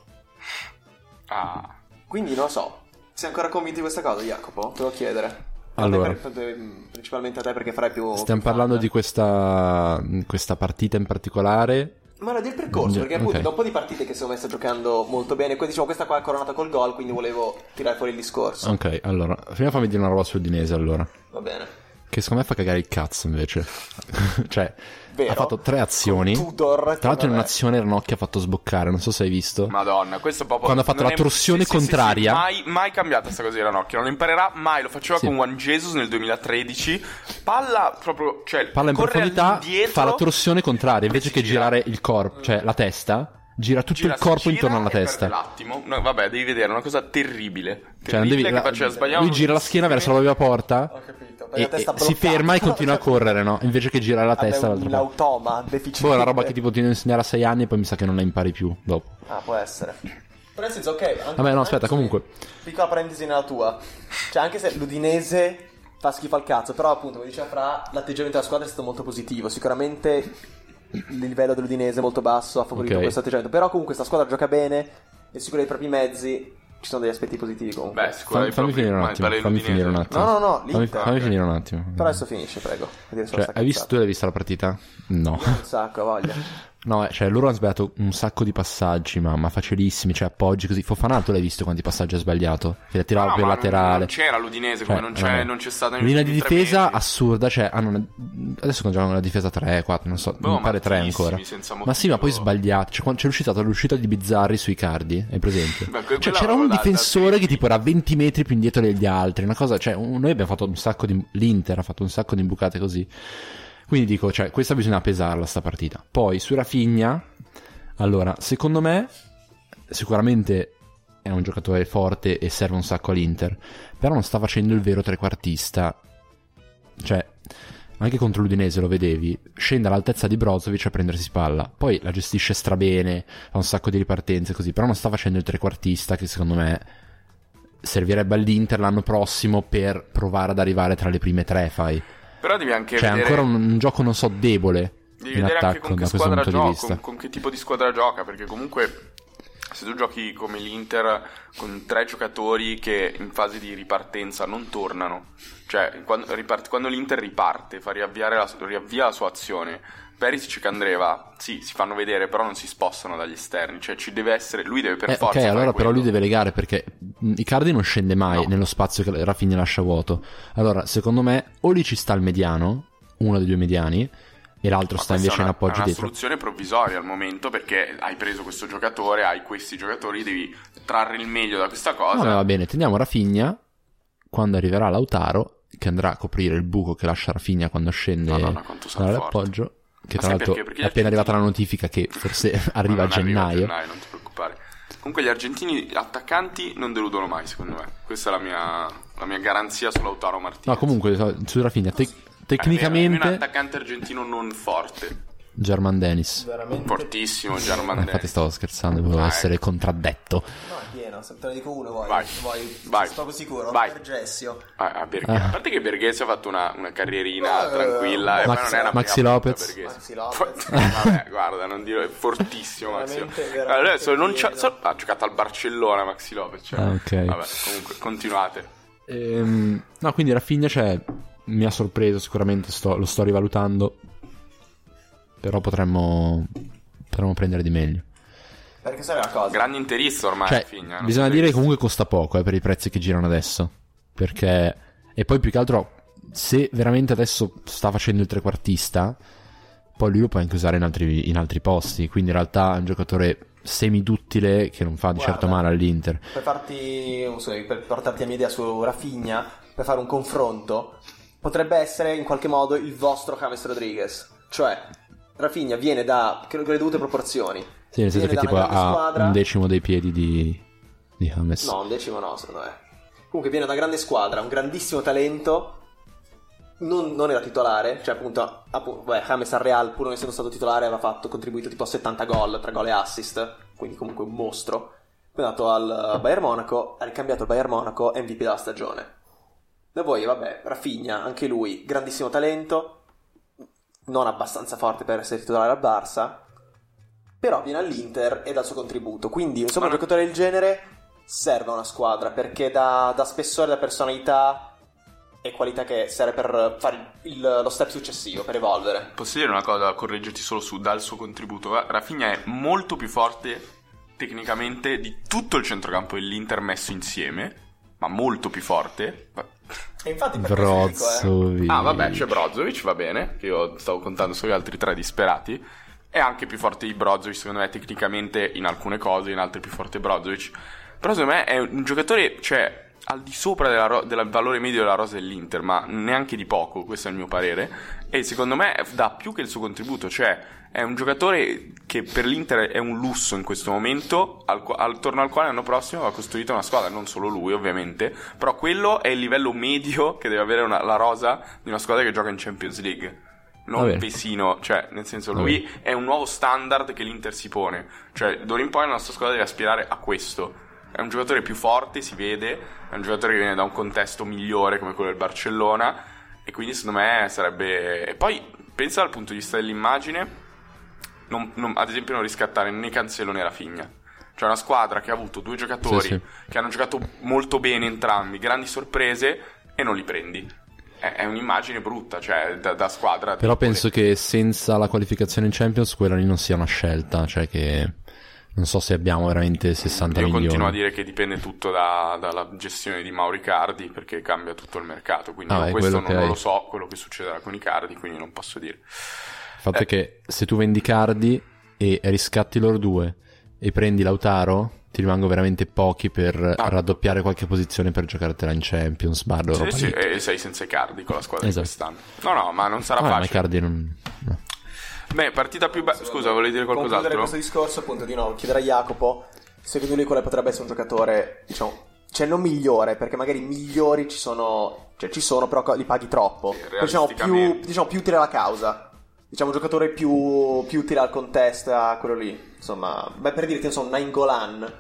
Speaker 3: Ah.
Speaker 2: Quindi non lo so. Sei ancora convinto di questa cosa, Jacopo? Te lo chiedere. A te
Speaker 1: Allora.
Speaker 2: per- principalmente a te perché farai più.
Speaker 1: Stiamo
Speaker 2: più
Speaker 1: parlando
Speaker 2: fan.
Speaker 3: eh.
Speaker 1: di questa, questa partita in particolare.
Speaker 2: Ma era del percorso, perché
Speaker 1: Ok.
Speaker 2: appunto dopo di partite che sono messe giocando molto bene, poi diciamo questa qua è coronata col gol, quindi volevo tirare fuori il discorso.
Speaker 1: Ok, allora, prima fammi dire una roba su Udinese, allora.
Speaker 2: Va bene.
Speaker 1: Che secondo me fa cagare il cazzo invece. cioè,
Speaker 2: Vero.
Speaker 1: ha fatto tre azioni.
Speaker 2: Con Tudor,
Speaker 1: Tra l'altro, in
Speaker 2: vabbè.
Speaker 1: un'azione Ranocchia ha fatto sboccare, non so se hai visto.
Speaker 3: Madonna, questo proprio.
Speaker 1: Quando ha fatto
Speaker 3: non
Speaker 1: la torsione contraria.
Speaker 3: mai, mai cambiata sta cosa di Ranocchio. Non imparerà mai. Lo faceva
Speaker 1: Sì.
Speaker 3: con Juan Jesus nel 2013. Palla proprio. Cioè,
Speaker 1: Parla in
Speaker 3: corre
Speaker 1: profondità,
Speaker 3: all'indietro,
Speaker 1: fa la torsione contraria. Invece
Speaker 3: Poi
Speaker 1: che
Speaker 3: si gira.
Speaker 1: girare il corpo, cioè la testa, gira tutto
Speaker 3: gira,
Speaker 1: il
Speaker 3: si
Speaker 1: corpo
Speaker 3: gira
Speaker 1: intorno alla
Speaker 3: e perde
Speaker 1: testa.
Speaker 3: l'attimo. No, vabbè, devi vedere, è una cosa terribile.
Speaker 1: Cioè,
Speaker 3: Terribile
Speaker 1: non devi,
Speaker 3: che
Speaker 1: la-
Speaker 3: faceva sbagliare
Speaker 1: lui
Speaker 3: uno
Speaker 1: gira la
Speaker 3: solo
Speaker 1: schiena verso la propria porta.
Speaker 2: Ho capito.
Speaker 1: E, e si ferma e continua a correre, no? Invece che girare la testa
Speaker 2: Vabbè,
Speaker 1: dall'altra
Speaker 2: un
Speaker 1: parte.
Speaker 2: automa deficiente.
Speaker 1: Boh, è una roba che tipo ti devo insegnare a 6 anni e poi mi sa che non la impari più Boh. dopo.
Speaker 2: Ah, può essere. Però nel senso, ok. anche-
Speaker 1: Vabbè, no, aspetta,
Speaker 2: anche-
Speaker 1: comunque.
Speaker 2: Piccola parentesi nella tua. Cioè, anche se l'Udinese fa schifo al cazzo, però appunto, come diceva Fra, l'atteggiamento della squadra è stato molto positivo. Sicuramente il livello dell'Udinese è molto basso, ha favorito
Speaker 1: Ok.
Speaker 2: questo atteggiamento. Però comunque sta squadra gioca bene, è sicura dei propri mezzi, ci sono degli aspetti positivi comunque.
Speaker 3: Beh,
Speaker 1: Fammi,
Speaker 3: sicuramente.
Speaker 1: fammi finire un attimo. Fammi finire un attimo.
Speaker 2: No, no, no,
Speaker 1: Fammi,
Speaker 2: l'Inter.
Speaker 1: fammi finire un attimo.
Speaker 2: Però adesso finisce, prego. Vuol dire solo
Speaker 1: Cioè,
Speaker 2: sta
Speaker 1: hai visto, tu
Speaker 2: cazzata.
Speaker 1: l'hai vista la partita? No.
Speaker 2: Un sacco, ha voglia.
Speaker 1: No, eh, cioè loro hanno sbagliato un sacco di passaggi, mamma, facilissimi, cioè appoggi così. Fofanato l'hai visto quanti passaggi ha sbagliato? Che la tirava
Speaker 3: No,
Speaker 1: per
Speaker 3: ma
Speaker 1: laterale. Cioè,
Speaker 3: non- non c'era l'Udinese, come non c'è-
Speaker 1: vabbè.
Speaker 3: non c'è stata negli
Speaker 1: Linea di
Speaker 3: ultimi tre
Speaker 1: difesa
Speaker 3: mesi.
Speaker 1: assurda, cioè hanno una- adesso quando giocano una difesa 3, 4, non so,
Speaker 3: Boh,
Speaker 1: mi pare 3
Speaker 3: altissimi,
Speaker 1: ancora.
Speaker 3: senza
Speaker 1: Ma sì, ma poi
Speaker 3: motivo.
Speaker 1: sbagliati. Cioè, quando c'è l'uscita, l'uscita di Bizzarri sui cardi, hai presente?
Speaker 3: Beh, que-
Speaker 1: cioè
Speaker 3: quella
Speaker 1: c'era un
Speaker 3: la- la-
Speaker 1: difensore
Speaker 3: la-
Speaker 1: che tipo era 20 metri più indietro degli altri, una cosa, cioè un- noi abbiamo fatto un sacco di l'Inter ha fatto un sacco di imbucate così. Quindi dico, cioè, questa bisogna pesarla sta partita. Poi su Rafinha, allora, secondo me sicuramente è un giocatore forte e serve un sacco all'Inter, però non sta facendo il vero trequartista. Cioè, anche contro l'Udinese lo vedevi, scende all'altezza di Brozovic a prendersi palla, poi la gestisce strabene, ha un sacco di ripartenze così, però non sta facendo il trequartista che secondo me servirebbe all'Inter l'anno prossimo per provare ad arrivare tra le prime tre, fai.
Speaker 3: Però devi anche
Speaker 1: Cioè, è
Speaker 3: vedere.
Speaker 1: ancora un, un gioco, non so, debole
Speaker 3: Devi
Speaker 1: in
Speaker 3: vedere anche
Speaker 1: attacco
Speaker 3: con che
Speaker 1: da questo
Speaker 3: squadra
Speaker 1: punto di
Speaker 3: gioca,
Speaker 1: vista.
Speaker 3: con, con che tipo di squadra gioca, perché comunque se tu giochi come l'Inter con tre giocatori che in fase di ripartenza non tornano, cioè quando, riparte- quando l'Inter riparte, fa riavviare la, riavvia la sua azione, Perisic e Candreva, sì, si fanno vedere, però non si spostano dagli esterni, cioè ci deve essere, lui deve per
Speaker 1: Eh, ok,
Speaker 3: forza fare
Speaker 1: allora però
Speaker 3: quello.
Speaker 1: lui deve legare perché mh, Icardi non scende mai
Speaker 3: No.
Speaker 1: nello spazio che Rafinha lascia vuoto. Allora, secondo me, o lì ci sta il mediano, uno dei due mediani, e l'altro
Speaker 3: Ma
Speaker 1: sta
Speaker 3: questa
Speaker 1: invece
Speaker 3: è
Speaker 1: in
Speaker 3: una,
Speaker 1: appoggio
Speaker 3: è una
Speaker 1: dietro.
Speaker 3: soluzione provvisoria al momento perché hai preso questo giocatore, hai questi giocatori, devi trarre il meglio da questa cosa.
Speaker 1: No, ma va bene, teniamo Rafinha quando arriverà Lautaro, che andrà a coprire il buco che lascia Rafinha quando scende
Speaker 3: Madonna, quanto sono forte.
Speaker 1: dall'appoggio. Che tra
Speaker 3: Ma sai
Speaker 1: l'altro
Speaker 3: perché? Perché gli
Speaker 1: è appena
Speaker 3: argentini-
Speaker 1: arrivata la notifica che forse arriva
Speaker 3: Ma
Speaker 1: a
Speaker 3: non arriva
Speaker 1: gennaio.
Speaker 3: non ti preoccupare. Comunque gli argentini attaccanti non deludono mai, secondo me. Questa è la mia, la mia garanzia sull'Autaro Martinez.
Speaker 1: No, comunque, so- su Rafinha, te-
Speaker 3: Eh, Almeno- almeno un
Speaker 1: tecnicamente,
Speaker 3: attaccante argentino non forte.
Speaker 1: German Dennis.
Speaker 2: Veramente.
Speaker 3: Fortissimo,
Speaker 1: Ah,
Speaker 3: German
Speaker 1: Infatti
Speaker 3: Dennis.
Speaker 1: stavo scherzando, volevo
Speaker 3: Vai.
Speaker 1: essere contraddetto.
Speaker 2: No, è pieno, se te ne dico uno, vuoi.
Speaker 3: Vai.
Speaker 2: Vuoi.
Speaker 3: Vai.
Speaker 2: Sono proprio sicuro.
Speaker 3: Vai.
Speaker 2: Per Gessio.
Speaker 3: Ah, ah, Berghe-
Speaker 1: Ah.
Speaker 3: A parte che Berghese ha fatto una, una carrierina
Speaker 2: Eh,
Speaker 3: tranquilla. e
Speaker 1: Max-
Speaker 3: poi non era
Speaker 1: Maxi Lopez.
Speaker 2: Maxi Lopez.
Speaker 3: Vabbè, guarda, non dire, è fortissimo Maxi
Speaker 2: Veramente,
Speaker 3: Lopez.
Speaker 2: veramente
Speaker 3: Allora, adesso non c'ha-
Speaker 2: pieno.
Speaker 3: so- ha giocato al Barcellona Maxi Lopez. Cioè.
Speaker 1: Ah, ok.
Speaker 3: Vabbè, comunque, continuate.
Speaker 1: Ehm, no, quindi Rafinha cioè, mi ha sorpreso sicuramente, sto- lo sto rivalutando. Però potremmo, potremmo prendere di meglio.
Speaker 2: Perché sai una cosa?
Speaker 3: Grande interista ormai, eh,
Speaker 1: cioè,
Speaker 3: Rafinha, no?
Speaker 1: bisogna dire che comunque costa poco eh, per i prezzi che girano adesso. Perché... E poi più che altro, se veramente adesso sta facendo il trequartista, poi lui lo puoi anche usare in altri, in altri posti. Quindi in realtà è un giocatore semiduttile che non fa di
Speaker 2: Guarda.
Speaker 1: certo male all'Inter.
Speaker 2: Per farti, non so, per portarti a mia idea su Rafinha, per fare un confronto, potrebbe essere in qualche modo il vostro James Rodriguez. Cioè, Rafinha viene da, credo, con le dovute proporzioni.
Speaker 1: Sì, nel senso
Speaker 2: Viene
Speaker 1: che
Speaker 2: da
Speaker 1: tipo
Speaker 2: una grande
Speaker 1: ha
Speaker 2: squadra.
Speaker 1: un decimo dei piedi di, di James.
Speaker 2: No, un decimo no, secondo me. Comunque viene da una grande squadra, un grandissimo talento. Non, non era titolare, cioè appunto, appunto beh, James al Real, pur non essendo stato titolare, aveva fatto, contribuito tipo a 70 gol, 3 gol e assist, quindi comunque un mostro. Poi è andato al eh, Bayern Monaco, ha ricambiato il Bayern Monaco MVP della stagione. Da voi, vabbè, Rafinha, anche lui, grandissimo talento, non abbastanza forte per essere titolare al Barça, però viene all'Inter e dà il suo contributo. Quindi, insomma, un
Speaker 3: Ma-
Speaker 2: giocatore del genere serve a una squadra perché dà, dà spessore, dà personalità e qualità che serve per fare il- lo step successivo, per evolvere.
Speaker 3: Posso dire una cosa, correggerti solo su dal suo contributo. Ra- Rafinha è molto più forte tecnicamente di tutto il centrocampo dell'Inter messo insieme, ma molto più forte.
Speaker 2: E infatti, per questo dico, eh,
Speaker 1: Brozzovic.
Speaker 3: Ah, vabbè, c'è Brozovic, va bene, che io stavo contando solo gli altri tre disperati. È anche più forte di Brozovic, secondo me, tecnicamente in alcune cose, in altre più forte Brozovic. Però secondo me è un giocatore, cioè, al di sopra della ro- del valore medio della rosa dell'Inter, ma neanche di poco, questo è il mio parere. E secondo me dà più che il suo contributo, cioè è un giocatore che per l'Inter è un lusso in questo momento, al qua- attorno al quale l'anno prossimo va costruita una squadra, non solo lui ovviamente, però quello è il livello medio che deve avere una- la rosa di una squadra che gioca in Champions League. Non
Speaker 1: Va
Speaker 3: un
Speaker 1: bene.
Speaker 3: pesino, cioè nel senso
Speaker 1: Va
Speaker 3: lui è un nuovo standard che l'Inter si pone, cioè d'ora in poi la nostra squadra deve aspirare a questo. È un giocatore più forte, si vede, è un giocatore che viene da un contesto migliore come quello del Barcellona e quindi secondo me sarebbe... E poi pensa dal punto di vista dell'immagine, non- non- ad esempio non riscattare né Cancelo né Rafinha. Cioè una squadra che ha avuto due giocatori
Speaker 1: Sì, sì.
Speaker 3: che hanno giocato molto bene entrambi, grandi sorprese e non li prendi. È, è un'immagine brutta, cioè da, da squadra.
Speaker 1: Però
Speaker 3: debole.
Speaker 1: penso che senza la qualificazione in Champions quella lì non sia una scelta, cioè che non so se abbiamo veramente 60
Speaker 3: Io
Speaker 1: milioni.
Speaker 3: continuo a dire che dipende tutto da- dalla gestione di Mauro Icardi perché cambia tutto il mercato. Quindi
Speaker 1: Ah,
Speaker 3: io
Speaker 1: è
Speaker 3: questo
Speaker 1: quello
Speaker 3: non,
Speaker 1: che
Speaker 3: non
Speaker 1: hai.
Speaker 3: lo so, quello che succederà con Icardi, quindi non posso dire.
Speaker 1: Il fatto
Speaker 3: eh.
Speaker 1: è che se tu vendi Cardi e riscatti loro due e prendi Lautaro, ti rimangono veramente pochi per
Speaker 3: Ah.
Speaker 1: raddoppiare qualche posizione per giocartela in Champions, barra
Speaker 3: Sì,
Speaker 1: Europa
Speaker 3: sì,
Speaker 1: League.
Speaker 3: e sei senza Icardi con la squadra
Speaker 1: Esatto.
Speaker 3: di quest'anno. No, no, ma non sarà
Speaker 1: Ah, ma
Speaker 3: facile.
Speaker 1: Cardi non... no.
Speaker 3: Beh, partita più bella. Ah, Scusa, volevi dire
Speaker 2: Concludere
Speaker 3: qualcos'altro?
Speaker 2: questo discorso, appunto, di nuovo, chiedere a Jacopo, secondo lui quale potrebbe essere un giocatore, diciamo, cioè non migliore, perché magari migliori ci sono, cioè ci sono, però co- li paghi troppo.
Speaker 3: Sì,
Speaker 2: diciamo, più,
Speaker 3: realisticamente.
Speaker 2: diciamo, più utile alla causa. Diciamo, un giocatore più, più utile al contesto, a quello lì. Insomma, beh, per dirti, insomma, Nainggolan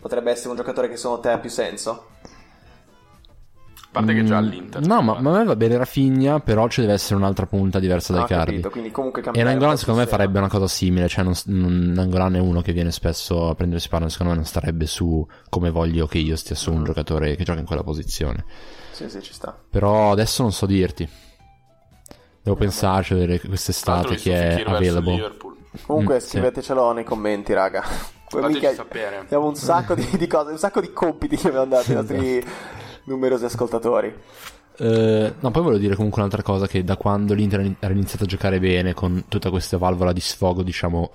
Speaker 2: potrebbe essere un giocatore che secondo te ha più senso?
Speaker 3: A parte che già
Speaker 1: Mm,
Speaker 3: all'Inter.
Speaker 1: No, ma, ma a me va bene Rafinha, però ci deve essere un'altra punta diversa
Speaker 2: Ah,
Speaker 1: dai
Speaker 2: ho
Speaker 1: Cardi.
Speaker 2: capito, quindi comunque
Speaker 1: E
Speaker 2: cambiare
Speaker 1: l'Angolan
Speaker 2: un po'
Speaker 1: secondo me
Speaker 2: il sistema.
Speaker 1: farebbe una cosa simile, cioè non, non, l'Angolan è uno che viene spesso a prendersi palla, secondo me non starebbe su come voglio che io stia su
Speaker 3: Mm.
Speaker 1: un giocatore che gioca in quella posizione.
Speaker 2: Sì, sì, ci sta.
Speaker 1: Però adesso non so dirti.
Speaker 3: Eh,
Speaker 1: Devo pensarci a vedere quest'estate chi è available.
Speaker 2: Comunque
Speaker 1: Mm, sì.
Speaker 2: scrivetecelo nei commenti, raga. Poi
Speaker 3: Fateci
Speaker 2: minchia,
Speaker 3: sapere.
Speaker 2: Abbiamo un sacco di, di cose, un sacco di compiti che abbiamo dato ai nostri
Speaker 1: esatto.
Speaker 2: numerosi ascoltatori.
Speaker 1: Eh, no, poi volevo dire comunque un'altra cosa che da quando l'Inter era iniziato a giocare bene con tutta questa valvola di sfogo, diciamo,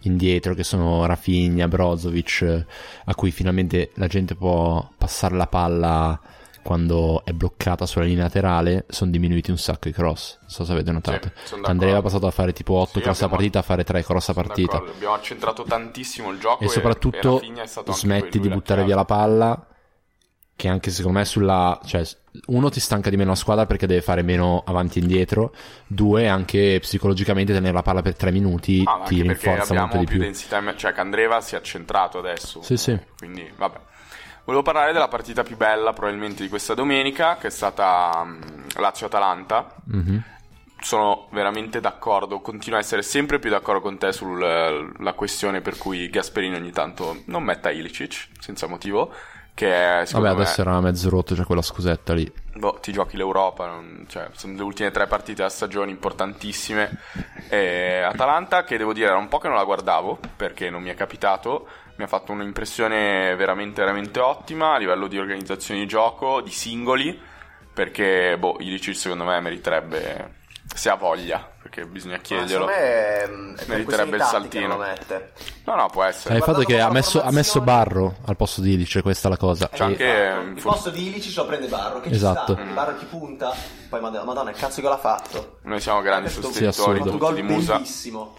Speaker 1: indietro, che sono Rafinha, Brozovic, eh, a cui finalmente la gente può passare la palla quando è bloccata sulla linea laterale, sono diminuiti un sacco i cross. Non so se avete notato. esatto. Andrea è passato a fare tipo 8
Speaker 3: Sì,
Speaker 1: cross a
Speaker 3: abbiamo-
Speaker 1: partita a fare 3 cross a partita.
Speaker 3: Abbiamo accentrato tantissimo il gioco
Speaker 1: e soprattutto
Speaker 3: Rafinha è stato anche
Speaker 1: smetti
Speaker 3: quello,
Speaker 1: di
Speaker 3: la
Speaker 1: buttare
Speaker 3: chiave.
Speaker 1: via la palla che anche secondo me sulla cioè uno ti stanca di meno la squadra perché deve fare meno avanti e indietro due anche psicologicamente tenere la palla per tre minuti
Speaker 3: Ah, ma
Speaker 1: ti
Speaker 3: anche perché
Speaker 1: rinforza
Speaker 3: abbiamo
Speaker 1: molto di
Speaker 3: più,
Speaker 1: più
Speaker 3: densità, cioè Candreva si è accentrato adesso.
Speaker 1: Sì, sì.
Speaker 3: Quindi, vabbè. Volevo parlare della partita più bella probabilmente di questa domenica, che è stata mm, Lazio-Atalanta.
Speaker 1: Mhm.
Speaker 3: Sono veramente d'accordo, continuo a essere sempre più d'accordo con te sulla questione per cui Gasperini ogni tanto non metta Ilicic, senza motivo, che è,
Speaker 1: vabbè
Speaker 3: secondo me,
Speaker 1: adesso era mezzo rotto c'è quella scusetta lì
Speaker 3: boh, ti giochi l'Europa, non- cioè, sono le ultime tre partite della stagione importantissime. E Atalanta, che devo dire, era un po' che non la guardavo perché non mi è capitato, mi ha fatto un'impressione veramente, veramente ottima a livello di organizzazione di gioco, di singoli, perché boh, Ilicic secondo me meriterebbe se ha voglia, perché bisogna chiederglielo.
Speaker 2: Secondo me è, è per questioni
Speaker 3: Meriterebbe il
Speaker 2: tattiche
Speaker 3: saltino.
Speaker 2: non lo mette.
Speaker 3: No, no, può
Speaker 1: Eh, il
Speaker 3: essere.
Speaker 1: fatto è che
Speaker 2: guardando
Speaker 1: ha
Speaker 2: la
Speaker 1: messo, ha messo
Speaker 2: formazione-
Speaker 1: Barro al posto di Ilice, questa è la cosa.
Speaker 3: C'è anche-
Speaker 1: E-
Speaker 2: Esatto. il
Speaker 3: forse-
Speaker 2: posto di Ilici lo prende Barro, che
Speaker 1: Esatto.
Speaker 2: ci sta, Mm. Barro chi punta, poi madonna, madonna, il cazzo che l'ha fatto.
Speaker 3: Noi siamo grandi
Speaker 2: Sì,
Speaker 1: assurdo.
Speaker 3: sostenitori
Speaker 2: Ha fatto un
Speaker 3: tutti
Speaker 2: gol
Speaker 3: di Musa.
Speaker 2: bellissimo.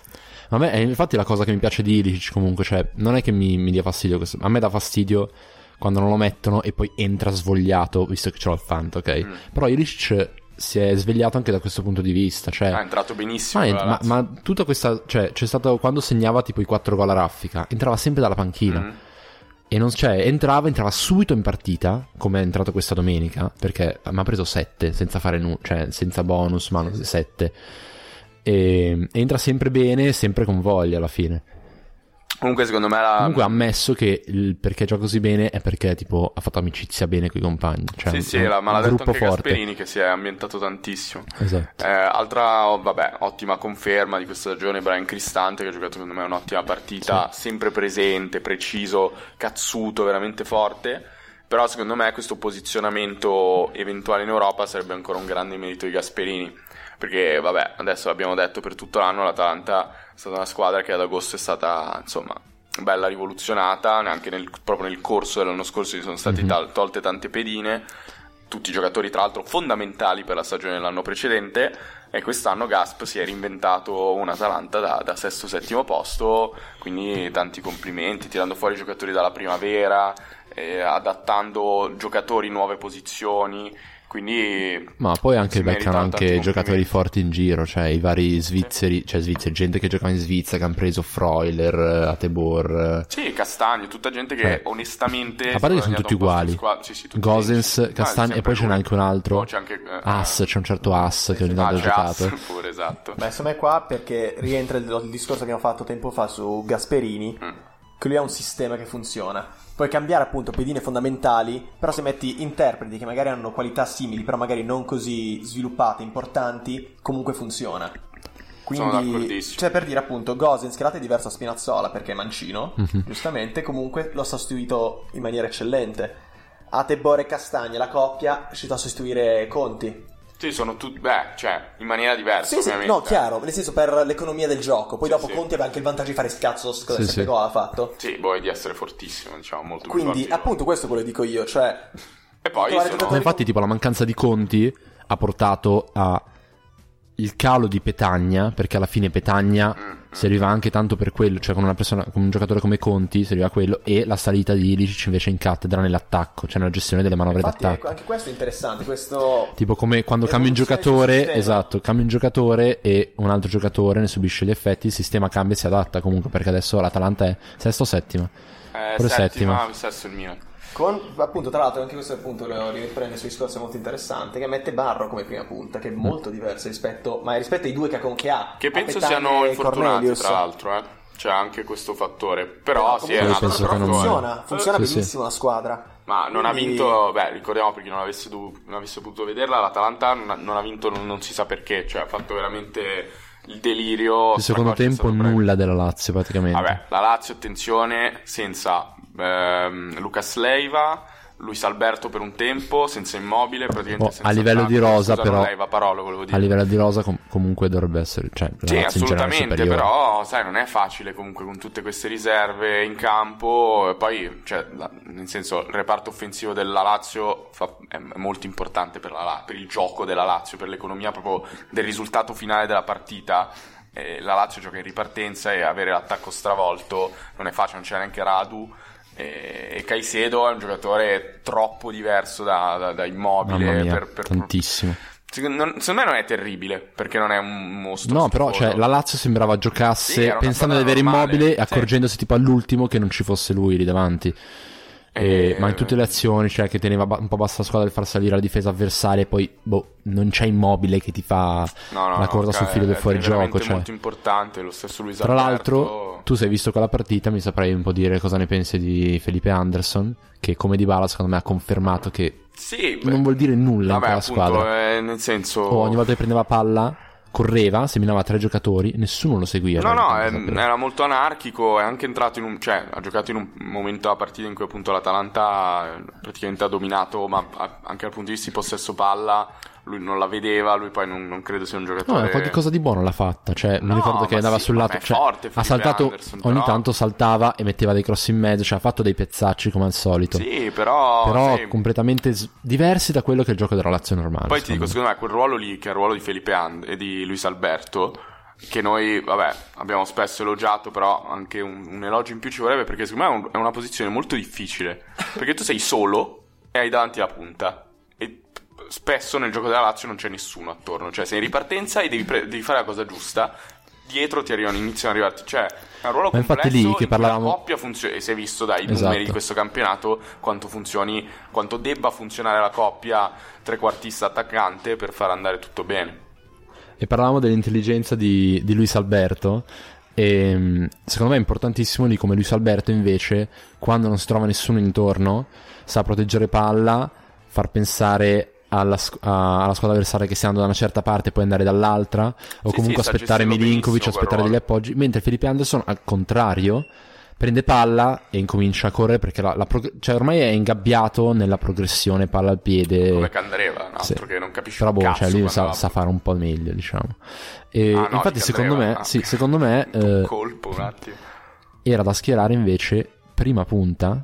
Speaker 1: Ma a me è infatti la cosa che mi piace di Ilicic comunque, cioè non è che mi, mi dia fastidio questo, a me dà fastidio quando non lo mettono e poi entra svogliato, visto che ce l'ho al fante, ok?
Speaker 3: Mm.
Speaker 1: Però Ilicic si è svegliato anche da questo punto di vista, cioè...
Speaker 3: Ah, è entrato benissimo.
Speaker 1: Ma,
Speaker 3: la
Speaker 1: ma-
Speaker 3: Lazio.
Speaker 1: ma tutta questa. Cioè, c'è stato quando segnava tipo i 4 gol a raffica, entrava sempre dalla panchina.
Speaker 3: Mhm.
Speaker 1: E non cioè, entrava, entrava subito in partita, come è entrato questa domenica, perché mi ha preso 7 senza fare nulla, cioè senza bonus, ma 7. E entra sempre bene, sempre con voglia alla fine.
Speaker 3: Comunque, secondo me la.
Speaker 1: Comunque ha ammesso che il perché gioca così bene è perché tipo ha fatto amicizia bene con i compagni. Cioè,
Speaker 3: sì,
Speaker 1: un-
Speaker 3: sì, la- ma
Speaker 1: un
Speaker 3: l'ha detto
Speaker 1: gruppo
Speaker 3: anche
Speaker 1: forte.
Speaker 3: Gasperini che si è ambientato tantissimo.
Speaker 1: Esatto.
Speaker 3: Eh, altra, oh, vabbè, ottima conferma di questa stagione Brian Cristante che ha giocato secondo me un'ottima partita, sempre presente, preciso, cazzuto, veramente forte. Però secondo me questo posizionamento eventuale in Europa sarebbe ancora un grande merito di Gasperini. Perché, vabbè, adesso l'abbiamo detto per tutto l'anno, l'Atalanta è stata una squadra che ad agosto è stata, insomma, bella rivoluzionata, neanche nel- proprio nel corso dell'anno scorso gli sono state
Speaker 1: Mhm.
Speaker 3: tal- tolte tante pedine, tutti i giocatori tra l'altro fondamentali per la stagione dell'anno precedente e quest'anno Gasp si è reinventato un Atalanta da, da sesto settimo posto, quindi tanti complimenti, tirando fuori i giocatori dalla primavera, eh, adattando giocatori in nuove posizioni, quindi
Speaker 1: Ma poi anche
Speaker 3: Si
Speaker 1: beccano
Speaker 3: meritano tanti
Speaker 1: anche giocatori
Speaker 3: complimenti.
Speaker 1: forti in giro, cioè i vari svizzeri, cioè svizzeri, gente che giocava in Svizzera, che hanno preso Freuler, eh, Atebor,
Speaker 3: Sì, Castagno, tutta gente che
Speaker 1: Cioè,
Speaker 3: onestamente.
Speaker 1: a parte che
Speaker 3: si
Speaker 1: sono
Speaker 3: è guadagnato
Speaker 1: tutti
Speaker 3: un posto in
Speaker 1: uguali.
Speaker 3: squadra- sì, sì, tutti
Speaker 1: Gosens,
Speaker 3: identici.
Speaker 1: Castagni,
Speaker 3: Ah, sempre
Speaker 1: e poi ce n'è
Speaker 3: lui.
Speaker 1: anche un altro.
Speaker 3: No, c'è anche eh,
Speaker 1: Ass, c'è un certo Ass che ogni
Speaker 3: ah,
Speaker 1: tanto ha
Speaker 3: c'è Ass
Speaker 1: giocato.
Speaker 3: pure, esatto.
Speaker 2: Beh, secondo me qua perché rientra il, il discorso che abbiamo fatto tempo fa su Gasperini,
Speaker 3: Mm.
Speaker 2: che lui ha un sistema che funziona. Puoi cambiare appunto pedine fondamentali, però se metti interpreti che magari hanno qualità simili, però magari non così sviluppate, importanti, comunque funziona. Quindi,
Speaker 3: d'accordissimo.
Speaker 2: cioè per dire appunto, Gosens che l'altro è diverso a Spinazzola perché è mancino,
Speaker 1: Mhm.
Speaker 2: giustamente, comunque lo ha sostituito in maniera eccellente. Atebor e Castagna, la coppia, è riuscito a sostituire Conti,
Speaker 3: Sì, sono tutti. Beh, cioè, in maniera diversa,
Speaker 2: sì, sì,
Speaker 3: ovviamente.
Speaker 2: no, chiaro, nel senso per l'economia del gioco. Poi
Speaker 3: Sì,
Speaker 2: dopo
Speaker 3: sì.
Speaker 2: Conti aveva anche il vantaggio di fare scazzo, cosa
Speaker 1: Sì,
Speaker 2: sempre
Speaker 1: sì.
Speaker 2: gol ha fatto.
Speaker 3: Sì, poi di essere fortissimo, diciamo, molto più
Speaker 2: Quindi,
Speaker 3: forte di
Speaker 2: appunto, questo è quello che dico io, cioè...
Speaker 3: loro. E poi
Speaker 2: titolare
Speaker 1: Ma
Speaker 3: sono.
Speaker 2: giocatori-
Speaker 1: infatti, tipo, la mancanza di conti ha portato a il calo di Petagna, perché alla fine Petagna
Speaker 3: Mm, mm.
Speaker 1: serviva anche tanto per quello, cioè con, una persona, con un giocatore come Conti serviva quello, e la salita di Ilicic invece in cattedra nell'attacco, cioè nella gestione delle manovre
Speaker 2: Infatti,
Speaker 1: d'attacco.
Speaker 2: ecco, anche questo è interessante, questo...
Speaker 1: Tipo come quando cambi un
Speaker 2: Evoluzione del
Speaker 1: giocatore,
Speaker 2: sistema.
Speaker 1: esatto, cambi un giocatore e un altro giocatore ne subisce gli effetti, il sistema cambia e si adatta comunque perché adesso l'Atalanta è sesta o settima.
Speaker 3: Eh,
Speaker 1: pure
Speaker 3: settima,
Speaker 1: settima.
Speaker 3: sesto il Milan.
Speaker 2: Con, appunto, tra l'altro, anche questo appunto lo riprende sul discorso molto interessante, che mette Barro come prima punta, che è molto diverso rispetto... Ma rispetto ai due che, con, che ha.
Speaker 3: Che
Speaker 2: a
Speaker 3: penso
Speaker 2: Petagna
Speaker 3: siano
Speaker 2: e
Speaker 3: infortunati,
Speaker 2: Cornelius.
Speaker 3: tra l'altro, eh. C'è anche questo fattore. Però, sì,
Speaker 2: Comunque,
Speaker 3: è
Speaker 1: Io
Speaker 3: una
Speaker 1: penso
Speaker 2: però
Speaker 1: che non-
Speaker 2: funziona, funziona
Speaker 1: Sì, sì.
Speaker 2: benissimo la squadra.
Speaker 3: Ma non ha
Speaker 2: Quindi-
Speaker 3: vinto, beh, ricordiamo per chi non avesse, dov- non avesse potuto vederla, l'Atalanta non ha, non ha vinto non, non si sa perché, cioè ha fatto veramente il delirio.
Speaker 1: Il secondo
Speaker 3: Stracoccia è
Speaker 1: tempo
Speaker 3: stato bravo.
Speaker 1: nulla della Lazio praticamente.
Speaker 3: Vabbè, la Lazio, attenzione, senza ehm, Lucas Leiva, Luis Alberto per un tempo, senza Immobile, praticamente
Speaker 1: Oh,
Speaker 3: senza
Speaker 1: a livello di
Speaker 3: Lukaku.
Speaker 1: rosa
Speaker 3: Scusa, non
Speaker 1: però
Speaker 3: Leiva, Parolo, volevo dire.
Speaker 1: a livello di rosa com- comunque dovrebbe essere cioè la
Speaker 3: Sì,
Speaker 1: Lazio in generale è
Speaker 3: assolutamente,
Speaker 1: superiore.
Speaker 3: però sai, non è facile comunque con tutte queste riserve in campo. E poi, cioè, la- nel senso, il reparto offensivo della Lazio fa- è è molto importante per, la La- per il gioco della Lazio, per l'economia proprio del risultato finale della partita. Eh, la Lazio gioca in ripartenza e avere l'attacco stravolto non è facile, non c'è neanche Radu. E e Caicedo è un giocatore troppo diverso da, da- da
Speaker 1: Mamma
Speaker 3: immobile
Speaker 1: mia,
Speaker 3: per, per-
Speaker 1: tantissimo.
Speaker 3: Secondo, non- secondo me non è terribile perché non è un mostro.
Speaker 1: No, però
Speaker 3: schifoso.
Speaker 1: cioè, la Lazio sembrava
Speaker 3: Sì, era
Speaker 1: giocasse
Speaker 3: una
Speaker 1: pensando di
Speaker 3: squadra
Speaker 1: avere
Speaker 3: normale,
Speaker 1: immobile e
Speaker 3: sì.
Speaker 1: accorgendosi tipo all'ultimo che non ci fosse lui lì davanti. E-
Speaker 3: Eh,
Speaker 1: ma in tutte le azioni, cioè che teneva ba- un po' bassa la squadra per far salire la difesa avversaria e poi boh, non c'è immobile che ti fa
Speaker 3: No, no,
Speaker 1: la
Speaker 3: no,
Speaker 1: corda sul
Speaker 3: cioè,
Speaker 1: filo del
Speaker 3: è
Speaker 1: fuorigioco.
Speaker 3: veramente
Speaker 1: Cioè.
Speaker 3: molto importante. Lo stesso Luis
Speaker 1: Tra
Speaker 3: Alberto-
Speaker 1: l'altro, tu sei visto quella partita, mi saprai un po' dire cosa ne pensi di Felipe Anderson, che come di Bala secondo me ha confermato che
Speaker 3: sì, beh,
Speaker 1: non vuol dire nulla in
Speaker 3: vabbè,
Speaker 1: quella
Speaker 3: appunto,
Speaker 1: squadra.
Speaker 3: eh, nel senso,
Speaker 1: Oh, ogni volta che prendeva palla, correva, seminava tre giocatori, nessuno lo seguiva.
Speaker 3: no, no,
Speaker 1: Tanto
Speaker 3: ehm,
Speaker 1: per-
Speaker 3: era molto anarchico. È anche entrato in un, cioè, ha giocato in un momento della partita in cui appunto l'Atalanta eh, praticamente ha dominato, ma a- anche dal punto di vista di possesso palla. lui non la vedeva, lui poi non, non credo sia un
Speaker 1: No,
Speaker 3: giocatore...
Speaker 1: ma qualche cosa di buono l'ha fatta. Cioè, mi
Speaker 3: No,
Speaker 1: ricordo che
Speaker 3: ma
Speaker 1: andava
Speaker 3: sì,
Speaker 1: sul
Speaker 3: ma
Speaker 1: lato.
Speaker 3: è
Speaker 1: Cioè,
Speaker 3: forte
Speaker 1: ha
Speaker 3: Felipe
Speaker 1: saltato.
Speaker 3: Anderson,
Speaker 1: ogni
Speaker 3: però-
Speaker 1: tanto saltava e metteva dei cross in mezzo. Cioè, ha fatto dei pezzacci come al solito.
Speaker 3: Sì, però...
Speaker 1: però
Speaker 3: sì.
Speaker 1: completamente s- diversi da quello che è il gioco della Lazio normale.
Speaker 3: Poi ti dico,
Speaker 1: secondo
Speaker 3: secondo me quel ruolo lì, che è il ruolo di Felipe And- e di Luis Alberto, che noi, vabbè, abbiamo spesso elogiato, però anche un, un elogio in più ci vorrebbe, perché secondo me è, un- è una posizione molto difficile, perché tu sei solo e hai davanti la punta. E spesso nel gioco della Lazio non c'è nessuno attorno, cioè sei in ripartenza e devi, pre- devi fare la cosa giusta. Dietro ti arrivano, iniziano ad arrivarti. Cioè, è un ruolo
Speaker 1: Ma infatti
Speaker 3: complesso
Speaker 1: lì che
Speaker 3: in cui la
Speaker 1: parlavamo-
Speaker 3: coppia funziona. E si è visto dai
Speaker 1: Esatto.
Speaker 3: numeri di questo campionato quanto funzioni, quanto debba funzionare la coppia trequartista attaccante per far andare tutto bene.
Speaker 1: me. E parlavamo dell'intelligenza di, di Luis Alberto. E mh, secondo me è importantissimo lì come Luis Alberto invece, quando non si trova nessuno intorno, sa proteggere palla, far pensare alla, sc- a- alla squadra avversaria che stia andando da una certa parte e poi andare dall'altra, o
Speaker 3: Sì,
Speaker 1: comunque
Speaker 3: sì, sta
Speaker 1: aspettare
Speaker 3: gestendo
Speaker 1: Milinkovic,
Speaker 3: benissimo eh. quel
Speaker 1: aspettare degli
Speaker 3: ruolo.
Speaker 1: appoggi, mentre Felipe Anderson al contrario prende palla e incomincia a correre perché la- la prog- cioè ormai è ingabbiato nella progressione palla al piede.
Speaker 3: Come Candreva, un altro
Speaker 1: Eh, Sì.
Speaker 3: che non capisce
Speaker 1: Però
Speaker 3: un
Speaker 1: boh,
Speaker 3: cazzo
Speaker 1: cioè lui
Speaker 3: quando
Speaker 1: sa,
Speaker 3: va-
Speaker 1: sa fare un po' meglio, diciamo. E
Speaker 3: Ah, no,
Speaker 1: infatti,
Speaker 3: di
Speaker 1: secondo
Speaker 3: Candreva,
Speaker 1: me,
Speaker 3: ah.
Speaker 1: sì, secondo me
Speaker 3: Un
Speaker 1: eh,
Speaker 3: colpo un attimo.
Speaker 1: era da schierare invece prima punta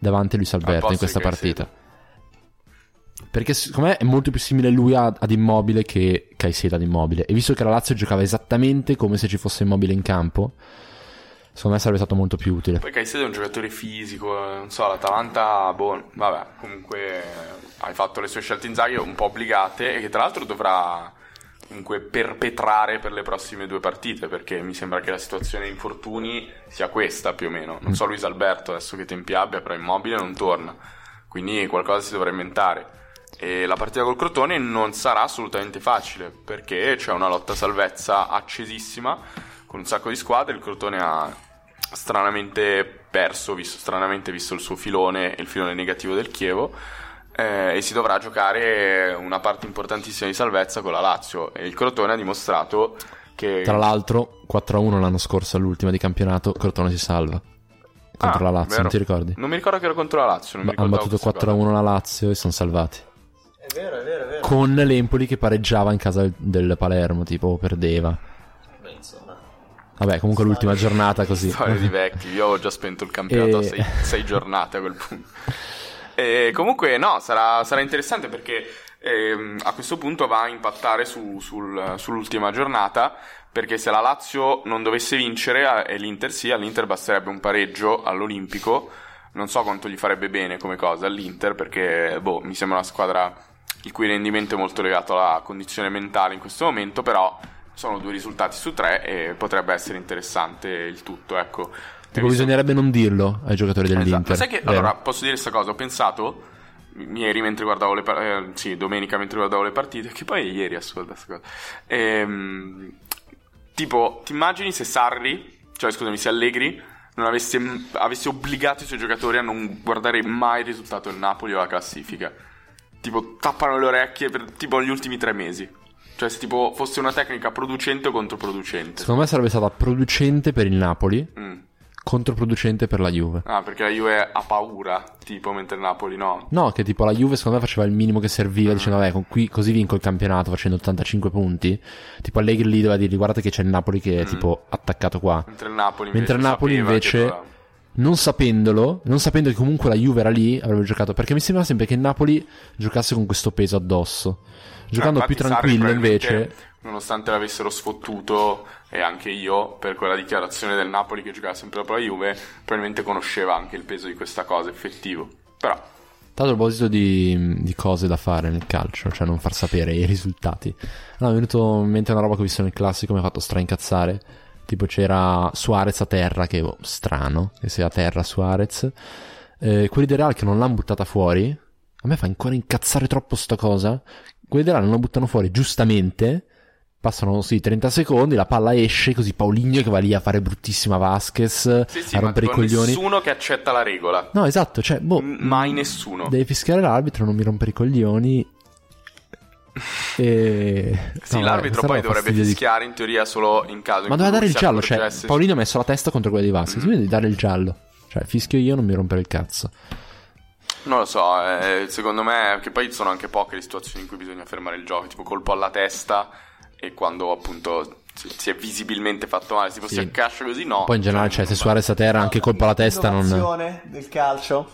Speaker 1: davanti a Luis Alberto in
Speaker 3: posto
Speaker 1: questa
Speaker 3: di
Speaker 1: partita. Perché secondo me è molto più simile lui a- ad Immobile che Caicedo ad Immobile. E visto che la Lazio giocava esattamente come se ci fosse Immobile in campo, secondo me sarebbe stato molto più utile.
Speaker 3: Poi Caicedo è un giocatore fisico, eh, non so, l'Atalanta, boh, vabbè, comunque eh, hai fatto le sue scelte in zaghi un po' obbligate e che tra l'altro dovrà comunque perpetrare per le prossime due partite perché mi sembra che la situazione di infortuni sia questa più o meno. Non so Luis Alberto adesso che tempi abbia, però immobile non torna, quindi qualcosa si dovrà inventare. E la partita col Crotone non sarà assolutamente facile perché c'è una lotta salvezza accesissima con un sacco di squadre. Il Crotone ha stranamente perso, visto, stranamente visto il suo filone e il filone negativo del Chievo. eh, e si dovrà giocare una parte importantissima di salvezza con la Lazio. E il Crotone ha dimostrato che.
Speaker 1: Tra l'altro, 4-1 l'anno scorso, all'ultima di campionato, Crotone si salva contro
Speaker 3: Ah,
Speaker 1: la Lazio,
Speaker 3: vero.
Speaker 1: non ti ricordi?
Speaker 3: Non mi ricordo che era contro la Lazio. Non
Speaker 1: Ma-
Speaker 3: mi
Speaker 1: hanno
Speaker 3: ricordavo
Speaker 1: battuto
Speaker 3: questa
Speaker 1: 4-1 la Lazio e sono salvati.
Speaker 2: È vero, è vero, è vero.
Speaker 1: Con l'Empoli che pareggiava in casa del, del Palermo, tipo perdeva.
Speaker 2: Beh, insomma.
Speaker 1: Vabbè, comunque l'ultima giornata così.
Speaker 3: Storie di vecchi, io ho già spento il campionato a
Speaker 1: E-
Speaker 3: sei, sei giornate a quel punto. E comunque no, sarà, sarà interessante perché ehm, a questo punto va a impattare su- sul- sull'ultima giornata perché se la Lazio non dovesse vincere a- e l'Inter sì, all'Inter basterebbe un pareggio all'Olimpico, non so quanto gli farebbe bene come cosa all'Inter perché boh, mi sembra una squadra il cui rendimento è molto legato alla condizione mentale in questo momento, però sono due risultati su tre e potrebbe essere interessante il tutto, ecco.
Speaker 1: Tipo, bisognerebbe non dirlo ai giocatori
Speaker 3: Esatto. Ma
Speaker 1: dell'Inter.
Speaker 3: sai che,
Speaker 1: vero?
Speaker 3: allora, posso dire questa cosa? Ho pensato, mi- ieri mentre guardavo le partite, sì, domenica mentre guardavo le partite, che poi è ieri, ascolta questa cosa. Ehm, tipo, ti immagini se Sarri, cioè scusami, se Allegri, non avesse, avesse obbligato i suoi giocatori a non guardare mai il risultato del Napoli o la classifica? Tipo, tappano le orecchie per tipo gli ultimi tre mesi. Cioè, se tipo fosse una tecnica producente o controproducente.
Speaker 1: Secondo me sarebbe stata producente per il Napoli,
Speaker 3: Mm.
Speaker 1: controproducente per la Juve.
Speaker 3: Ah, perché la Juve ha paura, tipo, mentre il Napoli no.
Speaker 1: No, che tipo la Juve secondo me faceva il minimo che serviva dicendo vabbè, con qui così vinco il campionato facendo 85 punti. Tipo Allegri lì doveva dirgli guardate che c'è il Napoli che
Speaker 3: Mm.
Speaker 1: è tipo attaccato qua.
Speaker 3: Mentre il Napoli invece,
Speaker 1: Mentre il Napoli
Speaker 3: sapeva che
Speaker 1: invece,
Speaker 3: doveva-
Speaker 1: non sapendolo, non sapendo che comunque la Juve era lì, avrebbe giocato. Perché mi sembra sempre che il Napoli giocasse con questo peso addosso. Giocando
Speaker 3: Cioè,
Speaker 1: più
Speaker 3: infatti Sarri
Speaker 1: tranquillo
Speaker 3: probabilmente,
Speaker 1: invece.
Speaker 3: Nonostante l'avessero sfottuto, e anche io, per quella dichiarazione del Napoli che giocava sempre dopo la Juve, probabilmente conosceva anche il peso di questa cosa, effettivo. Però,
Speaker 1: Tanto a proposito di, di cose da fare nel calcio, cioè non far sapere i risultati. Allora, mi è venuto in mente una roba che ho visto nel classico mi ha fatto straincazzare. Tipo c'era Suarez a terra, che boh, strano, che sia a terra Suarez. Eh, quelli del Real che non l'hanno buttata fuori. A me fa ancora incazzare troppo sta cosa. Quelli del Real non la buttano fuori, giustamente. Passano sì 30 secondi, la palla esce, così Paulinho che va lì a fare bruttissima Vasquez,
Speaker 3: sì, sì,
Speaker 1: a
Speaker 3: ma
Speaker 1: rompere i
Speaker 3: tipo
Speaker 1: coglioni.
Speaker 3: nessuno che accetta la regola.
Speaker 1: No, esatto, cioè, boh.
Speaker 3: M- Mai nessuno.
Speaker 1: Devi fischiare l'arbitro, non mi rompere i coglioni. E...
Speaker 3: Sì,
Speaker 1: No, vabbè,
Speaker 3: l'arbitro
Speaker 1: questa
Speaker 3: poi
Speaker 1: roba
Speaker 3: dovrebbe
Speaker 1: fastidia di-
Speaker 3: fischiare in teoria solo in caso in
Speaker 1: Ma doveva
Speaker 3: cui Mm.
Speaker 1: dare il
Speaker 3: si
Speaker 1: giallo, cioè,
Speaker 3: accorgesse-
Speaker 1: Paolino ha messo la testa contro quella di Vasquez, quindi devi dare il giallo. Cioè, fischio io, non mi rompere il cazzo.
Speaker 3: Non lo so, eh, secondo me, che poi sono anche poche le situazioni in cui bisogna fermare il gioco, tipo colpo alla testa e quando appunto si, si è visibilmente fatto male, tipo
Speaker 1: Sì.
Speaker 3: si accascia così, no.
Speaker 1: Poi in generale, cioè, se Suarez a terra anche colpo alla testa non...
Speaker 2: L'innovazione del calcio.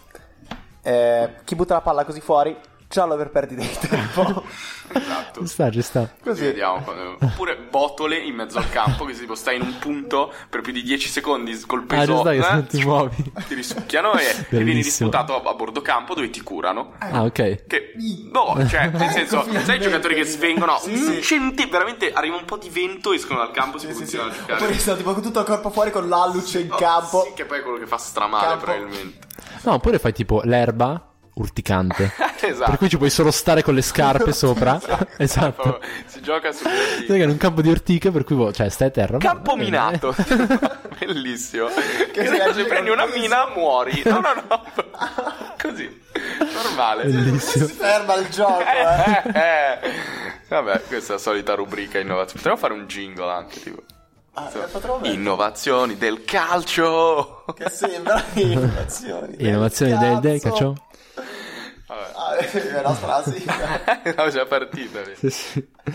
Speaker 2: Eh, chi butta la palla così fuori, giallo per perdita di tempo.
Speaker 3: Esatto.
Speaker 1: Ci sta, ci sta. Ah,
Speaker 3: Così.
Speaker 2: Così.
Speaker 3: Vediamo quando- Oppure botole in mezzo al campo, che se tipo stai in un punto per più di 10 secondi col
Speaker 1: Ah, ci
Speaker 3: peso,
Speaker 1: sta che
Speaker 3: eh,
Speaker 1: se non ti muovi.
Speaker 3: ti risucchiano e, e vieni
Speaker 1: Bellissimo.
Speaker 3: disputato a, a bordo campo dove ti curano.
Speaker 1: Ah, ok.
Speaker 3: Che no, cioè, nel senso, sai i
Speaker 2: Ecco, finalmente.
Speaker 3: giocatori che svengono
Speaker 2: Sì,
Speaker 3: un
Speaker 2: sì.
Speaker 3: centi- veramente arriva un po' di vento, escono dal campo, si
Speaker 2: Sì, sì, sì.
Speaker 3: continuano a giocare.
Speaker 2: Oppure sono tipo con tutto il corpo fuori con l'alluce in
Speaker 3: Oh,
Speaker 2: campo.
Speaker 3: Sì, che poi è quello che fa stramale,
Speaker 2: Campo.
Speaker 3: probabilmente.
Speaker 1: No, oppure fai tipo l'erba urticante.
Speaker 3: esatto.
Speaker 1: Per cui ci puoi solo stare con le scarpe sopra. esatto.
Speaker 3: Si gioca su
Speaker 1: Sai che in un campo di ortiche per cui boh, cioè stai a terra. ma-
Speaker 3: Campo minato. Bellissimo. Che
Speaker 2: si
Speaker 3: se
Speaker 2: aggira
Speaker 3: prendi una
Speaker 2: così.
Speaker 3: mina muori. No, no, no. Così. Normale.
Speaker 1: Bellissimo.
Speaker 2: Si ferma il gioco, eh.
Speaker 3: Eh, eh, eh. Vabbè, questa è la solita rubrica innovazione. Potremmo fare un jingle anche, tipo.
Speaker 2: Ah,
Speaker 3: Insomma,
Speaker 2: potremmo mettere-
Speaker 3: innovazioni del calcio.
Speaker 2: Che sembra innovazioni.
Speaker 1: Innovazione del, del
Speaker 2: Cazzo.
Speaker 1: caccio.
Speaker 2: Ah, è la frase.
Speaker 3: Era già partita. vedi.
Speaker 1: sì. Eh.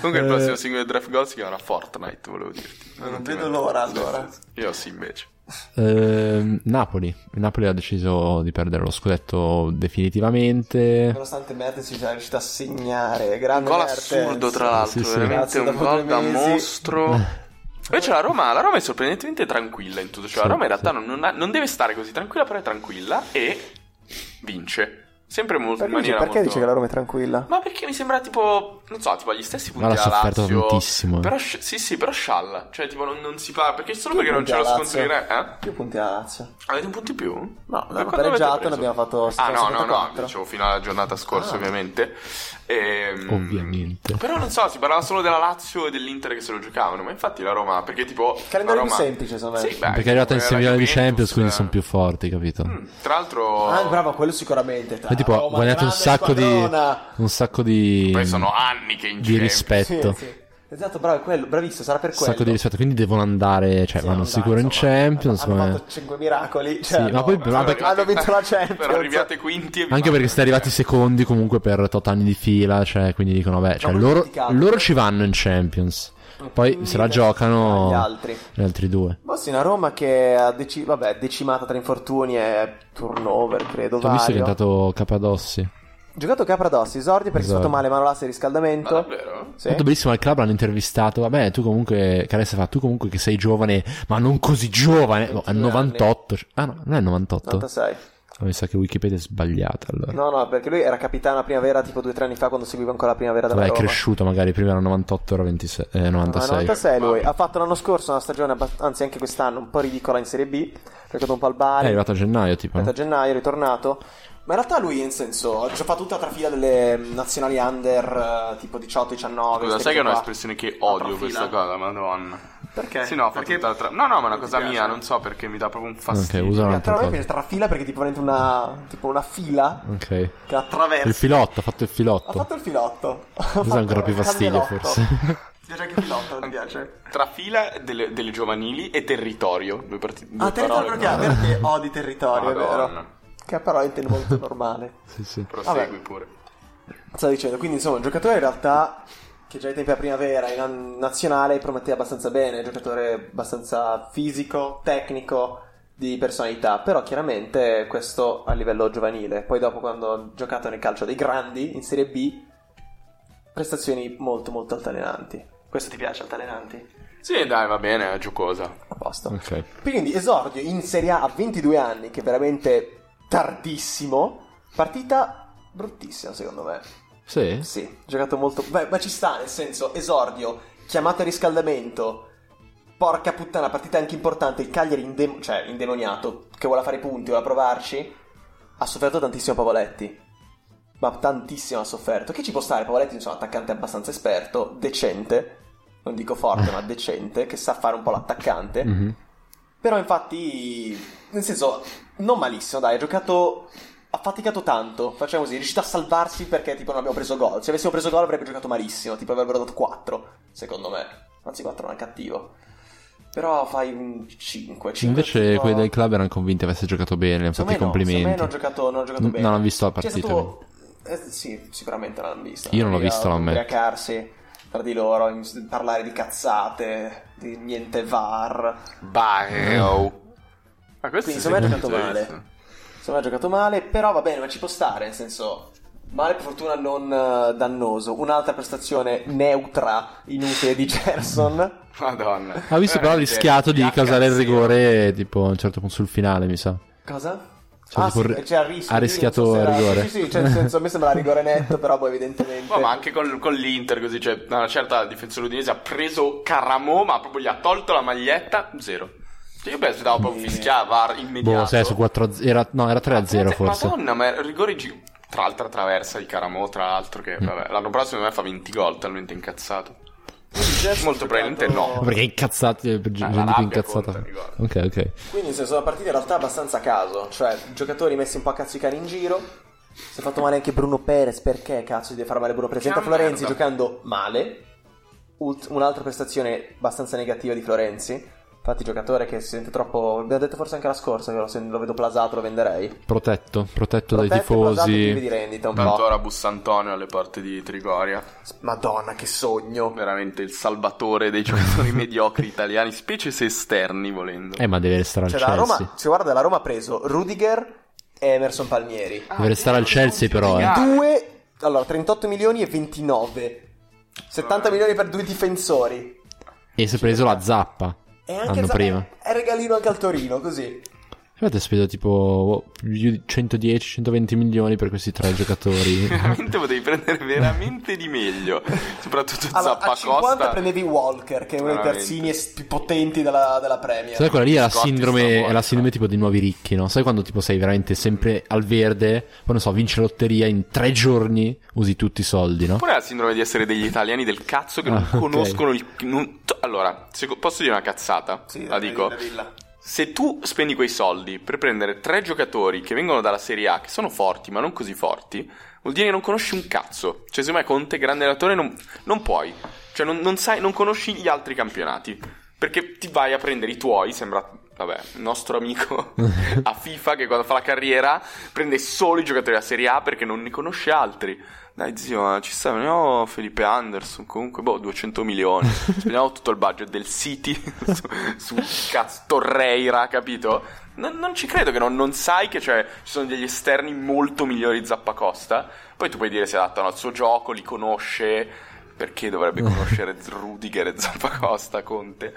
Speaker 3: Comunque il prossimo singolo di Draft Goal si chiamerà Fortnite, volevo dirti.
Speaker 2: Non vedo l'ora allora.
Speaker 3: Io sì, invece.
Speaker 1: Ehm, Napoli. Il Napoli ha deciso di perdere lo scudetto definitivamente.
Speaker 2: Nonostante Mertens ci è riuscito a segnare, grande
Speaker 3: Gol
Speaker 2: Mertens.
Speaker 3: assurdo, tra l'altro,
Speaker 1: Sì, sì.
Speaker 3: veramente
Speaker 2: Grazie,
Speaker 3: un
Speaker 2: dopo
Speaker 3: gol
Speaker 2: due
Speaker 3: da
Speaker 2: mesi.
Speaker 1: Eh,
Speaker 3: mostro. Invece la Roma, la Roma è sorprendentemente tranquilla in tutto. Cioè,
Speaker 1: Sì,
Speaker 3: la Roma in realtà
Speaker 1: sì.
Speaker 3: non, non ha- non deve stare così tranquilla, però è tranquilla e vince. Sempre molto, in
Speaker 2: Perché, dice,
Speaker 3: maniera
Speaker 2: perché
Speaker 3: molto.
Speaker 2: dice che la Roma è tranquilla?
Speaker 3: Ma perché mi sembra tipo, non so, tipo agli stessi punti
Speaker 1: l'ha
Speaker 3: della
Speaker 1: sofferto
Speaker 3: Lazio.
Speaker 1: tantissimo, eh.
Speaker 3: Però, sci- sì, sì, però scialla. Cioè, tipo, non, non si parla. Perché solo
Speaker 2: Più
Speaker 3: perché non
Speaker 2: punti
Speaker 3: c'è lo
Speaker 2: alla
Speaker 3: scontro di
Speaker 2: Lazio.
Speaker 3: re. Eh?
Speaker 2: Più punti a Lazio.
Speaker 3: Avete un punto in più?
Speaker 2: No,
Speaker 3: Da
Speaker 2: l'abbiamo
Speaker 3: quando avete
Speaker 2: pareggiato,
Speaker 3: preso?
Speaker 2: ne abbiamo fatto
Speaker 3: Ah, no, no, no,
Speaker 2: 74.
Speaker 3: dicevo fino alla giornata scorsa,
Speaker 2: Ah.
Speaker 3: ovviamente. Ehm,
Speaker 1: Ovviamente.
Speaker 3: Però non so, si parlava solo della Lazio e dell'Inter che se lo giocavano, ma infatti la Roma, perché tipo...
Speaker 2: Il calendario
Speaker 3: la
Speaker 2: più
Speaker 3: Roma...
Speaker 2: semplice, eh. secondo me.
Speaker 3: Sì, beh,
Speaker 1: perché è arrivata in
Speaker 3: come la
Speaker 1: semifinale di
Speaker 3: Juventus,
Speaker 1: Champions, quindi
Speaker 3: eh.
Speaker 1: sono più forti, capito?
Speaker 3: Mm, Tra l'altro...
Speaker 2: Ah, bravo, quello sicuramente.
Speaker 1: Poi tipo, ha guadagnato un sacco di. Un sacco di.
Speaker 3: Poi sono anni che in
Speaker 1: Mm. di
Speaker 3: Champions-
Speaker 1: rispetto.
Speaker 2: Esatto, bravo, è quello, bravissimo, sarà per
Speaker 1: Un
Speaker 2: quello.
Speaker 1: sacco di rispetto, quindi devono andare, cioè
Speaker 2: Sì,
Speaker 1: vanno
Speaker 2: dai,
Speaker 1: sicuro in
Speaker 2: insomma,
Speaker 1: Champions.
Speaker 2: Hanno
Speaker 1: ma-
Speaker 2: hanno fatto 5 miracoli. Cioè,
Speaker 1: ma poi-
Speaker 2: no,
Speaker 1: ma
Speaker 3: sono
Speaker 1: perché-
Speaker 3: arrivati-
Speaker 2: Hanno vinto la Champions.
Speaker 3: Però arrivate quinti e vi
Speaker 1: Anche
Speaker 3: fanno-
Speaker 1: perché siete arrivati secondi comunque per tot anni di fila, cioè, quindi dicono, vabbè, cioè,
Speaker 2: Ma
Speaker 1: loro,
Speaker 2: criticato.
Speaker 1: loro ci vanno in Champions. Poi
Speaker 2: Quindi
Speaker 1: se la giocano
Speaker 2: gli altri.
Speaker 1: gli altri due.
Speaker 2: Boh, sì, una Roma che ha deci- vabbè, decimata tra infortuni e turnover, credo.
Speaker 1: Ho visto che è
Speaker 2: vario.
Speaker 1: entrato Capadossi. È
Speaker 2: Giocato Capradossi, esordi perché è
Speaker 1: Esordio.
Speaker 2: stato male Manolas e
Speaker 3: Ma
Speaker 2: riscaldamento.
Speaker 3: davvero?
Speaker 2: Sì.
Speaker 1: stato bellissimo al club, l'hanno intervistato. Vabbè, tu comunque, Caressa fa, tu comunque che sei giovane, ma non così giovane. No, è
Speaker 2: 22
Speaker 1: 98. Ah no, non è 98.
Speaker 2: 96.
Speaker 1: Ah, Mi sa che Wikipedia è sbagliata allora.
Speaker 2: No, no, perché lui era capitano a primavera tipo due o tre anni fa quando seguiva ancora la Ah, primavera della
Speaker 1: Vabbè, è
Speaker 2: Roma.
Speaker 1: cresciuto magari, prima era 98, ora 26, eh, 96.
Speaker 2: No, 96 lui. Ha fatto l'anno scorso una stagione, abbast- anzi anche quest'anno, un po' ridicola in Serie B. Ha giocato un po' al
Speaker 1: È
Speaker 2: Bari.
Speaker 1: arrivato a gennaio, tipo.
Speaker 2: a gennaio, è ritornato. Ma in realtà lui, in senso, ha fatto tutta la trafila delle nazionali under, eh, tipo 18-19.
Speaker 3: Scusa, sai che è un'espressione che odio questa cosa, madonna.
Speaker 2: Perché?
Speaker 3: Sì, no, ho fatto
Speaker 2: Perché-
Speaker 3: tutta la tra- No, no, ma è una
Speaker 2: Ti
Speaker 3: cosa
Speaker 2: piace?
Speaker 3: mia, non so perché mi dà proprio un
Speaker 1: Ok,
Speaker 3: fastidio.
Speaker 1: usa un'altra
Speaker 2: Però lui
Speaker 1: cosa.
Speaker 2: viene trafila perché tipo veramente una, tipo una fila
Speaker 1: Ok.
Speaker 2: che attraversa.
Speaker 1: Il filotto, ha fatto il
Speaker 2: Ha
Speaker 1: filotto.
Speaker 2: fatto il filotto.
Speaker 1: Questo è ancora più fastidio, forse.
Speaker 2: Ti piace anche il filotto, mi piace.
Speaker 3: Tra fila delle, delle giovanili e territorio. Due, parti- due
Speaker 2: Ah, territorio
Speaker 3: parole.
Speaker 2: perché è vero che odi territorio, è
Speaker 3: Madonna.
Speaker 2: vero. Che però intendo molto normale.
Speaker 1: Sì, sì.
Speaker 3: Prosegui
Speaker 2: Vabbè.
Speaker 3: pure.
Speaker 2: Stavo dicendo, quindi insomma, un giocatore in realtà che già ai tempi a primavera in an- nazionale prometteva abbastanza bene, un giocatore abbastanza fisico, tecnico, di personalità, però chiaramente questo a livello giovanile. Poi dopo quando ha giocato nel calcio dei grandi in Serie B prestazioni molto molto altalenanti. Questo ti piace altalenanti?
Speaker 3: Sì, dai, va bene, è giocosa.
Speaker 2: A posto.
Speaker 1: Ok.
Speaker 2: Quindi esordio in Serie A a 22 anni, che è veramente tardissimo. Partita bruttissima, secondo me.
Speaker 1: Sì?
Speaker 2: Sì, giocato molto. Beh, ma ci sta, nel senso, esordio, chiamata a riscaldamento. Porca puttana, partita anche importante. Il Cagliari indem- cioè, indemoniato, che vuole fare i punti, vuole provarci. Ha sofferto tantissimo Pavoletti. Ma tantissimo ha sofferto. Che ci può stare? Pavoletti, insomma, attaccante abbastanza esperto, decente. Non dico forte, ma decente, che sa fare un po' l'attaccante.
Speaker 4: Mm-hmm.
Speaker 1: Mhm.
Speaker 2: Però infatti, nel senso, non malissimo, dai, ha giocato... Ha faticato tanto, facciamo così, è riuscito a salvarsi perché tipo non abbiamo preso gol. Se avessimo preso gol avrebbe giocato malissimo, tipo avrebbero dato 4, secondo me. Anzi 4 non è cattivo. Però fai un 5. 5
Speaker 4: Invece quelli del club erano convinti avesse giocato bene, hanno fatto i complimenti.
Speaker 2: No, non ho giocato, non ho giocato
Speaker 4: N-
Speaker 2: bene.
Speaker 4: non ho visto la
Speaker 2: Cioè, è
Speaker 4: partita,
Speaker 2: stato- eh, sì, sicuramente l'hanno vista.
Speaker 4: Io non l'ho
Speaker 2: Lì a
Speaker 4: vista, lo ammetto.
Speaker 2: ubriacarsi tra di loro, in- parlare di cazzate, di niente var.
Speaker 4: Mm.
Speaker 3: Barrow. Ma questo
Speaker 2: Quindi,
Speaker 3: sì,
Speaker 2: secondo me ha
Speaker 3: non
Speaker 2: giocato
Speaker 3: l'ho
Speaker 2: male.
Speaker 3: visto.
Speaker 2: Secondo me ha giocato male, però va bene, ma ci può stare, nel senso... Male per fortuna non eh, dannoso. Un'altra prestazione neutra, inutile di Gerson.
Speaker 3: Madonna.
Speaker 4: Ha visto però
Speaker 3: Veramente,
Speaker 4: rischiato di
Speaker 3: cacca
Speaker 4: causare il
Speaker 3: zero.
Speaker 4: rigore tipo a un certo punto sul finale, mi sa.
Speaker 2: Cosa?
Speaker 4: Cioè,
Speaker 2: ah,
Speaker 4: tipo,
Speaker 2: sì,
Speaker 4: re-
Speaker 2: c'è il rischio,
Speaker 4: ha
Speaker 2: quindi
Speaker 4: rischiato
Speaker 2: non so se
Speaker 4: il
Speaker 2: era-
Speaker 4: rigore.
Speaker 2: Sì, sì, cioè, nel senso, a me sembra rigore netto, però poi evidentemente...
Speaker 3: No, Oh, ma anche col- con l'Inter così, cioè, una certa difensore udinese ha preso Caramò, ma proprio gli ha tolto la maglietta, zero. Cioè, io penso che dava proprio un fischia, var immediato.
Speaker 4: Boh, 6 su 4 era, no, era 3 a 0 forse.
Speaker 3: Madonna, ma rigori gi- tra l'altra traversa di Caramò, tra l'altro che,
Speaker 4: Mm.
Speaker 3: vabbè, l'anno prossimo secondo me fa 20 gol, talmente incazzato. Molto probabilmente no.
Speaker 4: Ma Perché incazzati, eh, gente
Speaker 3: la
Speaker 4: più
Speaker 3: rabbia
Speaker 4: incazzata.
Speaker 3: conta, ricordo.
Speaker 4: Ok, ok.
Speaker 2: Quindi, nel senso, la partita in realtà è abbastanza a caso. Cioè, giocatori messi un po' a cazzicare in giro. Si è fatto male anche Bruno Perez. Perché cazzo deve far male Bruno Perez?
Speaker 3: Che
Speaker 2: Entra Florenzi
Speaker 3: merda.
Speaker 2: giocando male. Ult- un'altra prestazione abbastanza negativa di Florenzi. Infatti, giocatore che si sente troppo. Abbiamo detto forse anche la scorsa. Che lo, se lo vedo plasato, lo venderei.
Speaker 4: Protetto, protetto dai
Speaker 2: Protetto e plasato, privi
Speaker 4: tifosi.
Speaker 2: di rendita un
Speaker 3: Tanto
Speaker 2: po'.
Speaker 3: ora Bussantonio alle porte di Trigoria,
Speaker 2: Madonna, che sogno.
Speaker 3: veramente il salvatore dei giocatori mediocri italiani, specie se esterni volendo.
Speaker 4: Eh, ma deve restare al
Speaker 2: Cioè, la
Speaker 4: Chelsea.
Speaker 2: Roma. Cioè, guarda, la Roma ha preso Rudiger e Emerson Palmieri.
Speaker 4: Deve restare al Chelsea però, eh.
Speaker 3: Ah.
Speaker 2: Due- allora 38 milioni e 29
Speaker 3: Ah.
Speaker 2: 70 milioni per due difensori
Speaker 4: eh. E si è preso la zappa.
Speaker 2: e
Speaker 4: L'anno
Speaker 2: sa-
Speaker 4: prima.
Speaker 2: è regalino anche al Torino così
Speaker 4: Avete speso tipo oh, più di 110-120 milioni per questi tre giocatori.
Speaker 3: Veramente potevi prendere veramente di meglio. Soprattutto
Speaker 2: allora,
Speaker 3: Zappa
Speaker 2: a 50
Speaker 3: Costa.
Speaker 2: prendevi Walker che è uno dei
Speaker 3: Veramente.
Speaker 2: terzini es- più potenti della, della Premier
Speaker 4: Sai quella lì è la
Speaker 3: Scotti
Speaker 4: sindrome,
Speaker 3: stavolta.
Speaker 4: è la sindrome tipo dei nuovi ricchi, no? Sai quando tipo sei veramente sempre al verde, poi non so, vinci la lotteria in tre giorni, usi tutti i soldi, no?
Speaker 3: Oppure la sindrome di essere degli italiani del cazzo che non
Speaker 4: Ah, ok.
Speaker 3: conoscono il. non- Allora, se- posso dire una cazzata?
Speaker 2: Sì, eh,
Speaker 3: la
Speaker 2: dai,
Speaker 3: dico.
Speaker 2: dai, Villa.
Speaker 3: Se tu spendi quei soldi per prendere tre giocatori che vengono dalla Serie A, che sono forti ma non così forti, vuol dire che non conosci un cazzo. Cioè, secondo me Conte, grande allenatore, non, non puoi. Cioè, non, non sai, non conosci gli altri campionati. Perché ti vai a prendere i tuoi, sembra... Vabbè, il nostro amico a FIFA che quando fa la carriera prende solo i giocatori della Serie A perché non ne conosce altri. Dai zio, ma ci stavano no, Felipe Anderson, comunque, boh, 200 milioni. Spendiamo tutto il budget del City su, su cazzo Torreira, capito? Non, non ci credo che non, non sai che cioè, ci sono degli esterni molto migliori di Zappacosta. Poi tu puoi dire si adattano al suo gioco, li conosce. Perché dovrebbe conoscere Z- Rudiger e Zappacosta, Conte?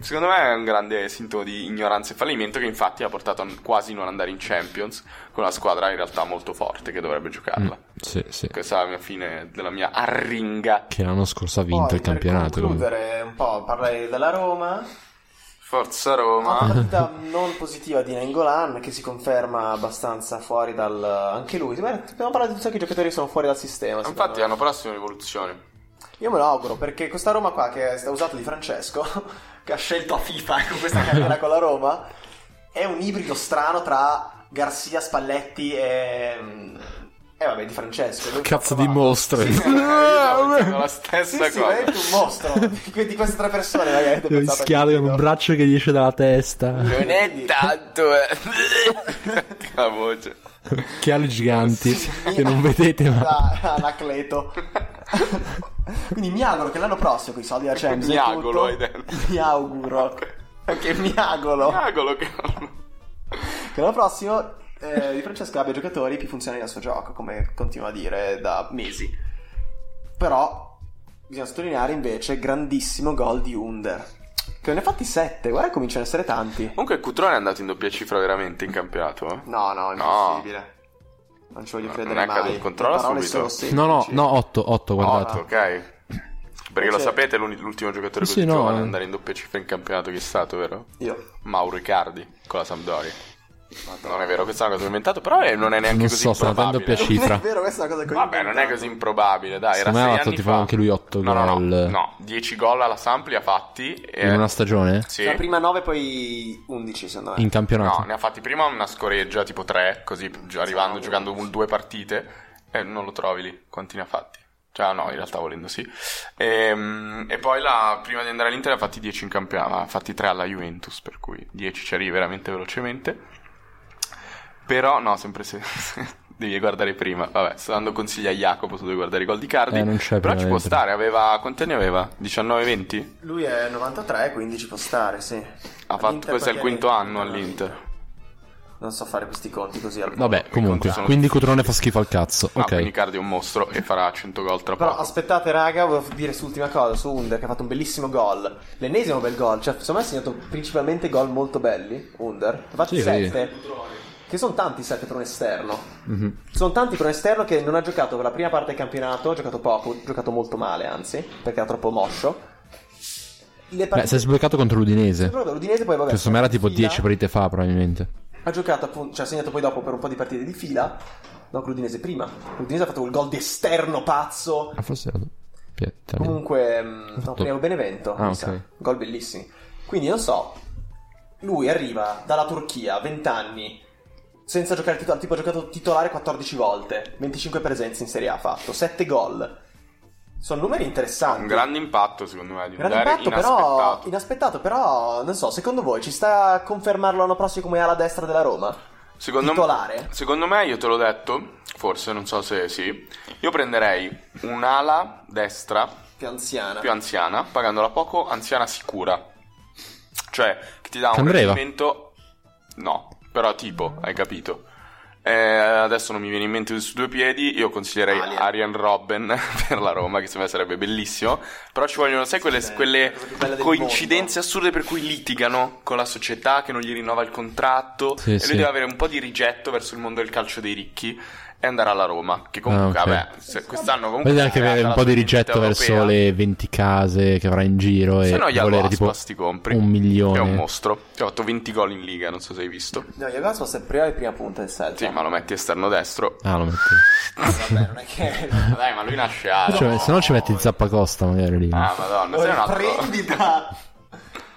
Speaker 3: Secondo me è un grande sintomo di ignoranza e fallimento che infatti ha portato a n- quasi non andare in Champions con una squadra in realtà molto forte che dovrebbe
Speaker 4: Mm.
Speaker 3: giocarla.
Speaker 1: Mm,
Speaker 4: Sì, sì.
Speaker 3: Questa è la mia fine della mia arringa.
Speaker 4: Che l'anno scorso ha vinto
Speaker 2: Poi,
Speaker 4: il campionato.
Speaker 2: per
Speaker 4: comunque.
Speaker 2: concludere un po' parlare della Roma
Speaker 3: Forza
Speaker 2: una
Speaker 3: Roma.
Speaker 2: partita non positiva di Nengolan che si conferma abbastanza fuori dal anche lui Beh, abbiamo parlato di tutti i giocatori che sono fuori dal sistema secondo
Speaker 3: Infatti
Speaker 2: me.
Speaker 3: l'anno prossimo rivoluzione.
Speaker 2: Io me lo auguro perché questa Roma qua che è stata usata di Francesco, che ha scelto a FIFA con questa carriera con la Roma, è un ibrido strano tra Garzia, Spalletti e... E vabbè, di Francesco. Lui
Speaker 4: Cazzo
Speaker 2: fa-
Speaker 4: di mostre. Ah,
Speaker 2: Sì, sì,
Speaker 3: Eh, la
Speaker 2: sì,
Speaker 3: stessa
Speaker 2: sì,
Speaker 3: cosa.
Speaker 2: veramente un mostro. Di di queste tre persone, magari.
Speaker 4: Lo schiavi con un braccio che gli esce dalla testa.
Speaker 3: Non è tanto eh. Senti la voce.
Speaker 4: Occhiali giganti che non vedete ma...
Speaker 2: Anacleto. Quindi mi auguro che l'anno prossimo, con i soldi da Champions e
Speaker 3: Mi augolo,
Speaker 2: tutto,
Speaker 3: hai detto.
Speaker 2: Mi auguro. Perché mi auguro.
Speaker 3: Cagolo che
Speaker 2: Che l'anno prossimo eh, Di Francesco abbia giocatori più funzionali al suo gioco, come continua a dire da mesi. Però bisogna sottolineare invece grandissimo gol di Under. Che ne ha fatti 7, guarda che cominciano ad essere tanti.
Speaker 3: Comunque Cutrone è andato in doppia cifra veramente in campionato, eh.
Speaker 2: No, no, è impossibile. Non ci voglio
Speaker 3: No,
Speaker 2: credere
Speaker 3: non è
Speaker 2: mai.
Speaker 3: accaduto, controlla
Speaker 2: Le parole
Speaker 3: subito.
Speaker 2: sono
Speaker 4: No, no,
Speaker 2: semplici.
Speaker 4: no, 8, 8, guardate.
Speaker 3: Otto, ok. Perché lo
Speaker 2: Cioè-
Speaker 3: sapete, l'uni- l'ultimo giocatore
Speaker 4: Sì,
Speaker 3: così
Speaker 4: no,
Speaker 3: giovane
Speaker 4: eh.
Speaker 3: ad andare in doppia cifra in campionato chi è stato, vero?
Speaker 2: Io.
Speaker 3: Mauro Icardi con la Sampdoria. Non è vero, questa è una cosa che ho inventato, però eh, non è neanche
Speaker 4: Non
Speaker 3: così
Speaker 4: so, sta andando a
Speaker 3: improbabile.
Speaker 4: piacere. Cifra.
Speaker 2: Non è vero, questa è una cosa che ho
Speaker 3: Vabbè, non è
Speaker 2: inventato.
Speaker 3: così improbabile, dai. Era
Speaker 4: Secondo me ha
Speaker 3: sei
Speaker 4: fatto
Speaker 3: anni
Speaker 4: tipo
Speaker 3: fa.
Speaker 4: anche lui otto
Speaker 3: no, no, no,
Speaker 4: gol.
Speaker 3: no, 10 gol alla Sampli ha fatti. E...
Speaker 4: In una stagione?
Speaker 3: Eh. Sì.
Speaker 2: Cioè, prima 9, poi 11, secondo me.
Speaker 4: In campionato.
Speaker 3: No, ne ha fatti prima una scoreggia, tipo 3, così gi- arrivando, giocando un- due partite. E non lo trovi lì, quanti ne ha fatti? Cioè, no, in realtà volendo sì. Ehm, E, poi la, prima di andare all'Inter ha fatti 10 in campionato, ha fatti 3 alla Juventus, per cui 10 ci arrivi veramente velocemente. Però, no, sempre se... Devi guardare prima. Vabbè, sto dando consigli a Jacopo su dove guardare i gol di Cardi.
Speaker 1: Eh, non c'è
Speaker 3: però
Speaker 1: prima
Speaker 3: ci può
Speaker 1: dentro.
Speaker 3: stare, aveva. Quanti anni aveva? 19-20?
Speaker 2: Lui è 93, quindi ci può stare, sì.
Speaker 3: Ha fatto,
Speaker 2: All'Inter
Speaker 3: questo è il
Speaker 2: qualche
Speaker 3: quinto anno
Speaker 2: nella
Speaker 3: all'Inter.
Speaker 2: vita. Non so fare questi conti così al volo.
Speaker 1: Vabbè, comunque.
Speaker 3: Sono-
Speaker 1: Quindi Cotrone fa schifo al cazzo.
Speaker 3: Ah,
Speaker 1: Ok.
Speaker 3: quindi Cardi è un mostro e farà 100 gol tra
Speaker 2: Però
Speaker 3: poco.
Speaker 2: aspettate, raga, volevo dire quest'ultima cosa su Under che ha fatto un bellissimo gol. L'ennesimo bel gol. Cioè, secondo me ha segnato principalmente gol molto belli. Under. Ha fatto
Speaker 1: Sì, sì.
Speaker 2: 7. Che sono tanti 7 per un esterno.
Speaker 1: Mhm.
Speaker 2: Sono tanti per un esterno che non ha giocato per la prima parte del campionato. Ha giocato poco, ha giocato molto male, anzi, perché era troppo moscio. Le
Speaker 1: Beh, si è
Speaker 2: partite.
Speaker 1: sbloccato contro l'Udinese.
Speaker 2: Però l'Udinese poi vabbè.
Speaker 1: Che secondo me era Cioè, tipo
Speaker 2: fila.
Speaker 1: 10 partite fa, probabilmente.
Speaker 2: Ha giocato appunto, cioè ha segnato poi dopo per un po' di partite di fila. No, con l'Udinese prima. L'Udinese ha fatto quel gol d'esterno pazzo.
Speaker 1: Ah, forse era. Pie- tra-
Speaker 2: Comunque, mh, no,
Speaker 1: Fatto-
Speaker 2: prima Benevento,
Speaker 1: Ah,
Speaker 2: mi sa.
Speaker 1: ok.
Speaker 2: gol bellissimi. Quindi non so, lui arriva dalla Turchia, 20 anni, senza giocare titolare, tipo ha giocato titolare 14 volte, 25 presenze in Serie A ha fatto, 7 gol. Sono numeri interessanti.
Speaker 3: Un grande impatto, secondo me, di un
Speaker 2: Gran
Speaker 3: giocatore
Speaker 2: impatto, però
Speaker 3: inaspettato.
Speaker 2: inaspettato, però non so, secondo voi ci sta a confermarlo l'anno prossimo come ala destra della Roma?
Speaker 3: Secondo
Speaker 2: titolare?
Speaker 3: secondo me, io te l'ho detto, forse, non so se sì. Io prenderei un'ala destra
Speaker 2: Più anziana.
Speaker 3: più anziana, pagandola poco, anziana sicura. Cioè, che ti dà un
Speaker 1: Candreva.
Speaker 3: rendimento... No, però tipo, hai capito. Eh, adesso non mi viene in mente su due piedi, io consiglierei
Speaker 2: Alien.
Speaker 3: Arian Robben per la Roma, che secondo me sarebbe bellissimo. Però ci vogliono, sai, quelle,
Speaker 2: Sì, la
Speaker 3: quelle
Speaker 2: cosa più bella del
Speaker 3: coincidenze assurde per cui litigano con la società che non gli rinnova il contratto
Speaker 1: Sì,
Speaker 3: e
Speaker 1: sì.
Speaker 3: lui deve avere un po' di rigetto verso il mondo del calcio dei ricchi e andare alla Roma, che comunque,
Speaker 1: Ah, ok.
Speaker 3: vabbè, se- quest'anno comunque...
Speaker 1: Vedi anche
Speaker 3: sarà
Speaker 1: avere un
Speaker 3: alla
Speaker 1: po' di
Speaker 3: sua
Speaker 1: rigetto verso
Speaker 3: europea.
Speaker 1: le 20 case che avrà in giro e
Speaker 3: Se no,
Speaker 1: volere tipo
Speaker 3: Jalaspas ti compri.
Speaker 1: un milione.
Speaker 3: Che è un mostro. Che ha fatto 20 gol in liga, non so se hai visto.
Speaker 2: No, Jagas fosse prima e prima punta del Celta.
Speaker 3: Sì, ma lo metti esterno destro.
Speaker 1: Ah, lo metti.
Speaker 2: Vabbè, non è che...
Speaker 3: Dai, ma lui nasce a.
Speaker 1: Cioè, se no ci metti Zappacosta magari lì.
Speaker 3: Ah, madonna, sei un
Speaker 2: Poi
Speaker 3: altro.
Speaker 2: prendi da-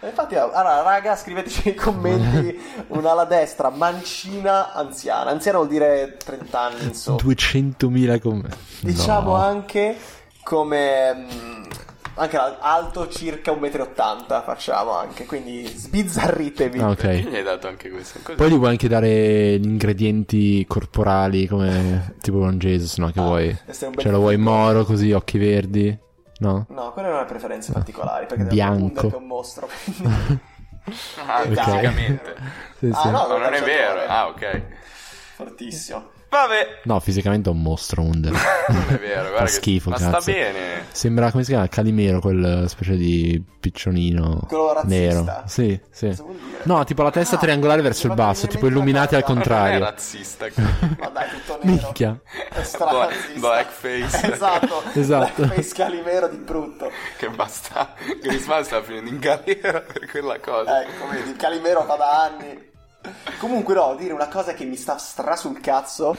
Speaker 2: E Infatti, allora, raga, scriveteci nei commenti un'ala destra mancina anziana. Anziana vuol dire 30 anni, insomma.
Speaker 1: 200.000 commenti.
Speaker 2: Diciamo
Speaker 1: No. Ah,
Speaker 2: anche come. mh, Anche al- alto circa 1,80 m, facciamo anche. Quindi sbizzarritevi.
Speaker 1: Ah,
Speaker 3: Perché
Speaker 1: ok.
Speaker 3: gli hai dato anche questo? Così.
Speaker 1: Poi gli vuoi anche dare gli ingredienti corporali come tipo con Jesus, no? Che
Speaker 2: Ah,
Speaker 1: vuoi?
Speaker 2: questo è un bel
Speaker 1: Cioè lo vuoi moro così, occhi verdi? No?
Speaker 2: No, quelle non hanno preferenze particolari. Perché
Speaker 1: Bianco.
Speaker 2: Under che è un mostro. quindi-
Speaker 3: Ah,
Speaker 2: Dai.
Speaker 3: fisicamente.
Speaker 1: Sì, sì.
Speaker 2: Ah, no,
Speaker 3: No, non è
Speaker 2: calciatore,
Speaker 3: vero. Ah, ok.
Speaker 2: Fortissimo.
Speaker 3: Vabbè.
Speaker 1: No, fisicamente è un mostro Under.
Speaker 3: Non è vero, guarda.
Speaker 1: Fa
Speaker 3: che-
Speaker 1: schifo,
Speaker 3: Ma
Speaker 1: cazzo.
Speaker 3: sta bene.
Speaker 1: Sembra, come si chiama? Calimero, quel eh, specie di piccionino
Speaker 2: Quello razzista?
Speaker 1: nero. Sì, sì.
Speaker 2: Cosa vuol dire?
Speaker 1: No, tipo la testa
Speaker 2: Ah,
Speaker 1: triangolare
Speaker 2: mi
Speaker 1: verso il
Speaker 2: vado a
Speaker 1: basso,
Speaker 2: venire
Speaker 1: tipo
Speaker 2: in
Speaker 1: illuminati al
Speaker 2: casa.
Speaker 3: Non è
Speaker 1: contrario.
Speaker 3: razzista.
Speaker 2: Ma dai, tutto nero.
Speaker 1: Minchia.
Speaker 2: È strazzista.
Speaker 3: Blackface.
Speaker 2: Esatto.
Speaker 1: Esatto.
Speaker 2: Blackface calimero di brutto.
Speaker 3: che basta. Grisman sta finendo in galera per quella cosa.
Speaker 2: Ecco, vedi, il calimero fa da anni. Comunque no, dire una cosa che mi sta stra sul cazzo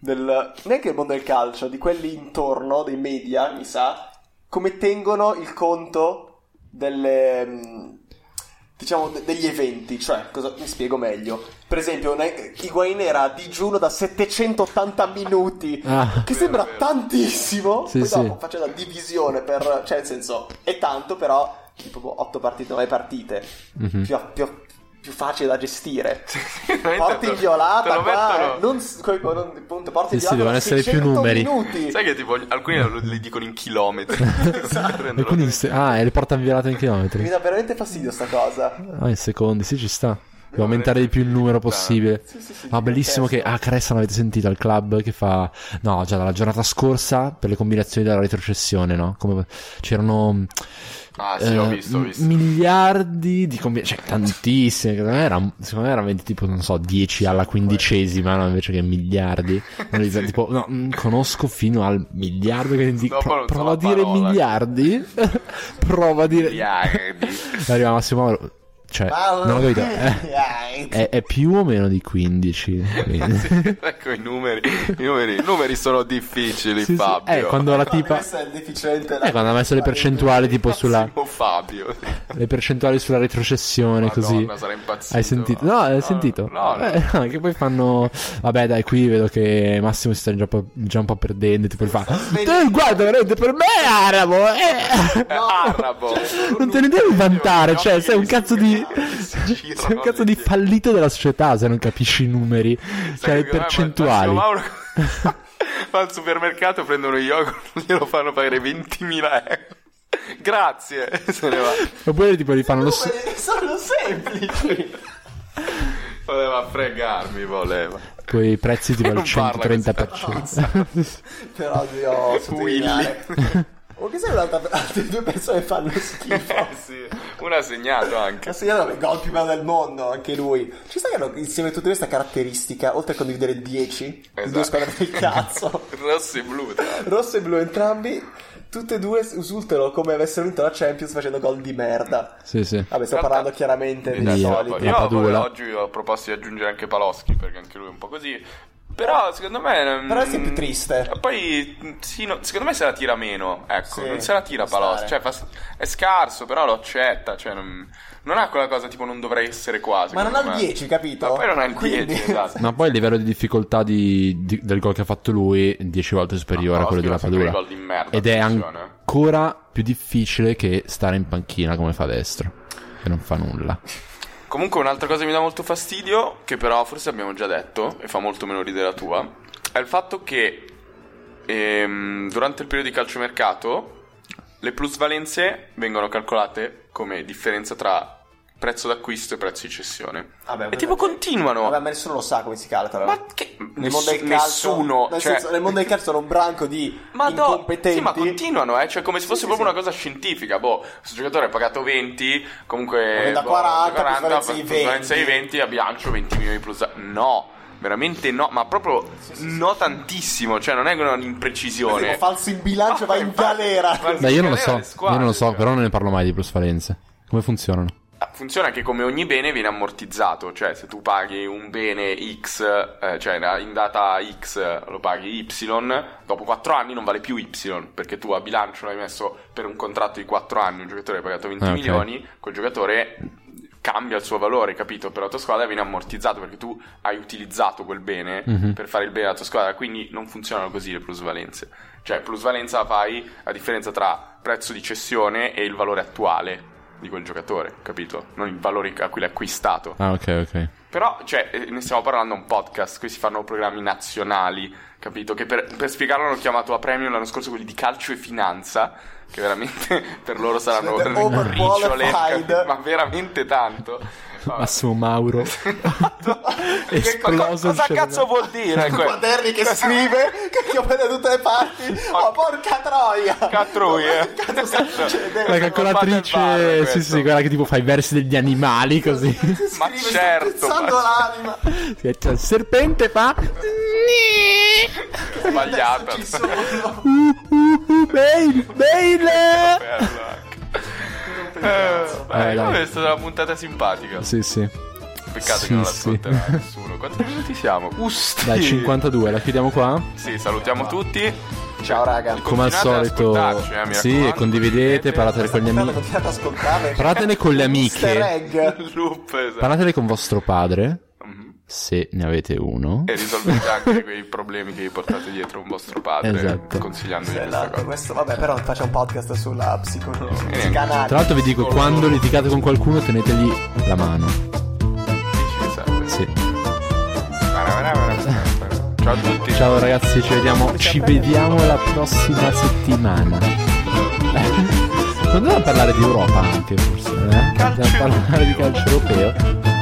Speaker 2: del... neanche del mondo del calcio, di quelli intorno, dei media, mi sa, come tengono il conto delle... mh, diciamo de- degli eventi, cioè, cosa, mi spiego meglio. Per esempio, una- Higuain era a digiuno da 780 minuti,
Speaker 1: Ah.
Speaker 2: che
Speaker 3: Vero,
Speaker 2: sembra
Speaker 3: vero.
Speaker 2: tantissimo.
Speaker 1: Sì,
Speaker 2: Poi dopo
Speaker 1: sì.
Speaker 2: faccio la divisione per... Cioè, nel senso, è tanto, però... Tipo 8 partite, 9 partite.
Speaker 1: Mhm.
Speaker 2: Più, più- più facile da gestire. Porti
Speaker 3: Cioè, Te
Speaker 2: inviolata,
Speaker 3: lo
Speaker 2: qua. eh.
Speaker 3: mettono-
Speaker 2: Non, s- coi- boh, non, punto, porti
Speaker 1: Sì, sì, devono
Speaker 2: inviolata.
Speaker 1: essere più
Speaker 2: 600
Speaker 1: numeri.
Speaker 2: Minuti.
Speaker 3: Sai che tipo alcuni lo- li dicono in chilometri.
Speaker 1: E quindi se- ah, e le porta inviolate in
Speaker 2: Mi
Speaker 1: chilometri.
Speaker 2: dà veramente fastidio sta cosa.
Speaker 1: Ah, in secondi, sì, ci sta. Devo aumentare di più il numero possibile.
Speaker 2: Sì, sì, sì,
Speaker 1: Ah, bellissimo che.
Speaker 2: divertente.
Speaker 1: Ah, Cressa l'avete sentito al club che fa. No, già dalla giornata scorsa per le combinazioni della retrocessione, no? Come... C'erano.
Speaker 3: Ah, sì, ho
Speaker 1: eh,
Speaker 3: visto, ho visto.
Speaker 1: m- Miliardi di combinazioni. Cioè, tantissime. Secondo me, era, secondo me erano veramente tipo, non so, 10 alla quindicesima, no? Invece che miliardi. Non li- tipo, no, mm, conosco fino al miliardo. Quindi
Speaker 3: Dopo
Speaker 1: pro-
Speaker 3: non so
Speaker 1: prova a
Speaker 3: la
Speaker 1: dire
Speaker 3: parola.
Speaker 1: miliardi. prova a dire.
Speaker 3: Miliardi.
Speaker 1: Arriva Massimo Mauro. Cioè,
Speaker 2: Ma-
Speaker 1: non ho capito. Eh,
Speaker 2: Dai.
Speaker 1: È, è più o meno di 15. quindi.
Speaker 3: Sì, ecco i numeri. I numeri, i numeri sono difficili,
Speaker 1: Sì, sì.
Speaker 3: Fabio.
Speaker 1: Eh, quando la tipa.
Speaker 2: Questo è il deficiente.
Speaker 1: Eh, quando ha messo le percentuali tipo sulla.
Speaker 3: Massimo Fabio.
Speaker 1: Le percentuali sulla retrocessione, così.
Speaker 3: Madonna, sarà impazzito.
Speaker 1: Hai sentito? No, hai
Speaker 3: No,
Speaker 1: sentito?
Speaker 3: no, no.
Speaker 1: Eh, no, che poi fanno. Vabbè, dai, qui vedo che Massimo si sta già, po- già un po' perdendo. Tipo, fa. "Eh, Guarda, veramente per me è arabo. eh!"
Speaker 3: Eh, arabo.
Speaker 1: Non te ne devi vantare, cioè, sei un cazzo di.
Speaker 3: Si girano
Speaker 1: Sei un cazzo di
Speaker 3: le-
Speaker 1: fallito della società se non capisci i numeri,
Speaker 3: Sai
Speaker 1: cioè le
Speaker 3: che ormai
Speaker 1: percentuali.
Speaker 3: Massimo Mauro va al supermercato, prende uno yogurt, glielo fanno pagare 20.000 euro. Grazie, se ne va.
Speaker 1: Oppure tipo li fanno lo stesso.
Speaker 2: Sono semplici.
Speaker 3: Voleva fregarmi, voleva.
Speaker 1: Poi i prezzi tipo al
Speaker 3: Non parla
Speaker 1: 130%.
Speaker 2: Però devo sottolineare.
Speaker 3: Willy.
Speaker 2: O Oh, che sei un'altra altre due persone fanno schifo.
Speaker 3: Eh sì, uno ha segnato anche.
Speaker 2: Castigliano è il gol più bello del mondo, anche lui. Ci sta che hanno insieme tutte questa caratteristica, oltre a condividere il 10,
Speaker 3: Esatto.
Speaker 2: due squadre del cazzo.
Speaker 3: Rossi e blu, tra l'altro.
Speaker 2: Rosso e blu entrambi, tutte e due esultano come avessero vinto la Champions facendo gol di merda.
Speaker 1: sì, sì.
Speaker 2: Vabbè, sto parlando chiaramente dei
Speaker 1: Sì,
Speaker 3: Adesso,
Speaker 1: solito.
Speaker 3: Esatto, poi-
Speaker 1: la
Speaker 2: soliti.
Speaker 3: Io poi
Speaker 1: Padula.
Speaker 3: oggi ho proposto di aggiungere anche Paloschi perché anche lui è un po' così. Però secondo me. mm,
Speaker 2: Però è sempre triste.
Speaker 3: e Poi, mm, sì, no, secondo me se la tira meno. Ecco,
Speaker 2: Sì,
Speaker 3: non se la tira
Speaker 2: può
Speaker 3: Paloschi.
Speaker 2: stare.
Speaker 3: Cioè, fa- è scarso, però lo accetta. Cioè, non, non ha quella cosa tipo non dovrei essere quasi.
Speaker 2: Ma non ha il 10, capito?
Speaker 3: Ma poi non ha il
Speaker 2: Quindi-
Speaker 3: 10, esatto.
Speaker 1: Ma poi il livello di difficoltà di- di- del gol che ha fatto lui è 10 volte superiore a quello della
Speaker 3: Paloschi fa sempre
Speaker 1: Padula.
Speaker 3: i gol di merda,
Speaker 1: Ed è
Speaker 3: attenzione.
Speaker 1: ancora più difficile che stare in panchina come fa destro, che non fa nulla.
Speaker 3: Comunque un'altra cosa che mi dà molto fastidio, che però forse abbiamo già detto e fa molto meno ridere la tua, è il fatto che ehm, durante il periodo di calciomercato le plusvalenze vengono calcolate come differenza tra prezzo d'acquisto e prezzo di cessione.
Speaker 2: Vabbè,
Speaker 3: e tipo continuano.
Speaker 2: Vabbè, ma nessuno lo sa come si calcola.
Speaker 3: ma che...
Speaker 2: Nel mondo del calcio,
Speaker 3: nessuno...
Speaker 2: nel,
Speaker 3: cioè-
Speaker 2: senso, nel mondo del calcio era un branco di
Speaker 3: ma no,
Speaker 2: incompetenti.
Speaker 3: sì, ma continuano, eh? cioè come se fosse
Speaker 2: sì,
Speaker 3: proprio
Speaker 2: sì.
Speaker 3: una cosa scientifica. Boh, questo giocatore ha pagato 20, comunque
Speaker 2: Da
Speaker 3: boh,
Speaker 2: 40,
Speaker 3: da
Speaker 2: plusvalenza di 20.
Speaker 3: 20, a bilancio 20 milioni plus. No, veramente no, ma proprio no tantissimo, cioè non è un'imprecisione.
Speaker 2: Tipo, falso in bilancio,
Speaker 3: Ma
Speaker 2: vai in
Speaker 3: infatti,
Speaker 2: galera.
Speaker 3: ma-
Speaker 1: Dai, io non lo so,
Speaker 3: Scagliare le squadre,
Speaker 1: io non lo so,
Speaker 3: cioè.
Speaker 1: però non ne parlo mai di plusvalenze. Come funzionano?
Speaker 3: Funziona che come ogni bene viene ammortizzato, cioè se tu paghi un bene X, eh, cioè da- in data X lo paghi Y, dopo 4 anni non vale più Y, perché tu a bilancio l'hai messo per un contratto di 4 anni, un giocatore hai pagato 20
Speaker 1: Ah, ok.
Speaker 3: milioni, quel giocatore cambia il suo valore, capito? Per la tua squadra viene ammortizzato perché tu hai utilizzato quel bene
Speaker 1: Mhm.
Speaker 3: per fare il bene alla tua squadra, quindi non funzionano così le plusvalenze. Cioè plusvalenza la fai a differenza tra prezzo di cessione e il valore attuale di quel giocatore, capito? Non il valore a cui l'hai acquistato.
Speaker 1: Ah, ok, ok.
Speaker 3: Però, cioè, eh, ne stiamo parlando a un podcast, qui si fanno programmi nazionali, capito? Che per, per spiegarlo hanno chiamato a premio l'anno scorso quelli di calcio e finanza, che veramente per loro saranno
Speaker 2: Siete overqualified.
Speaker 3: ricciole, capito? ma veramente tanto. Vabbè.
Speaker 1: Massimo Mauro.
Speaker 3: Che co-
Speaker 1: esploso il
Speaker 3: cosa
Speaker 1: cervello.
Speaker 3: cazzo vuol dire? Cioè, que-
Speaker 2: Quaderni che scrive, che ti prende da tutte le parti. Oh, porca troia!
Speaker 3: Catruia.
Speaker 2: Che cazzo sta succedendo?
Speaker 1: La
Speaker 3: eh. Cazzo, ma fate il bar,
Speaker 1: calcolatrice, sì,
Speaker 3: questo.
Speaker 1: sì, quella che tipo fa i versi degli animali così.
Speaker 3: Ma
Speaker 2: Scrive,
Speaker 3: certo,
Speaker 2: Sto pezzando
Speaker 3: ma-
Speaker 2: l'anima.
Speaker 1: Cioè, il serpente fa.
Speaker 3: sbagliata.
Speaker 2: Ci sono.
Speaker 1: Bene, bene.
Speaker 3: Bello anche. Eh,
Speaker 1: dai.
Speaker 3: vabbè, è stata una puntata simpatica.
Speaker 1: Sì, sì.
Speaker 3: Peccato
Speaker 1: Sì,
Speaker 3: che non
Speaker 1: sì.
Speaker 3: l'ascolterà nessuno. Quanti minuti siamo? Usti.
Speaker 1: Dai, Ah. 52, la chiudiamo qua.
Speaker 3: Sì, salutiamo tutti.
Speaker 2: Ciao, raga.
Speaker 1: Come al
Speaker 3: Continuate ad
Speaker 1: solito,
Speaker 3: ascoltarci, eh, mi
Speaker 1: sì,
Speaker 3: raccomando,
Speaker 1: condividete,
Speaker 3: condividete.
Speaker 1: parlatene con gli
Speaker 2: Tanto
Speaker 1: amici.
Speaker 2: continuate ad ascoltare.
Speaker 1: Parlatene con le
Speaker 2: Easter
Speaker 1: amiche.
Speaker 2: egg.
Speaker 3: Il Loop, esatto.
Speaker 1: Parlatene con vostro padre,
Speaker 3: Mhm.
Speaker 1: se ne avete uno.
Speaker 3: E risolvete anche quei problemi che vi portate dietro un vostro padre.
Speaker 1: Esatto.
Speaker 3: Consigliandogli questa
Speaker 2: Esatto,
Speaker 3: cosa.
Speaker 2: questo, vabbè, però faccio un podcast sulla psicologia. psicanalisi.
Speaker 1: Tra l'altro vi dico, quando litigate con qualcuno tenetegli la mano.
Speaker 3: Ci serve.
Speaker 1: Sì.
Speaker 3: Ciao a tutti.
Speaker 1: Ciao ragazzi, ci vediamo, ci vediamo la prossima settimana. Continuiamo a parlare di Europa anche forse, eh? Continuiamo a parlare di calcio europeo.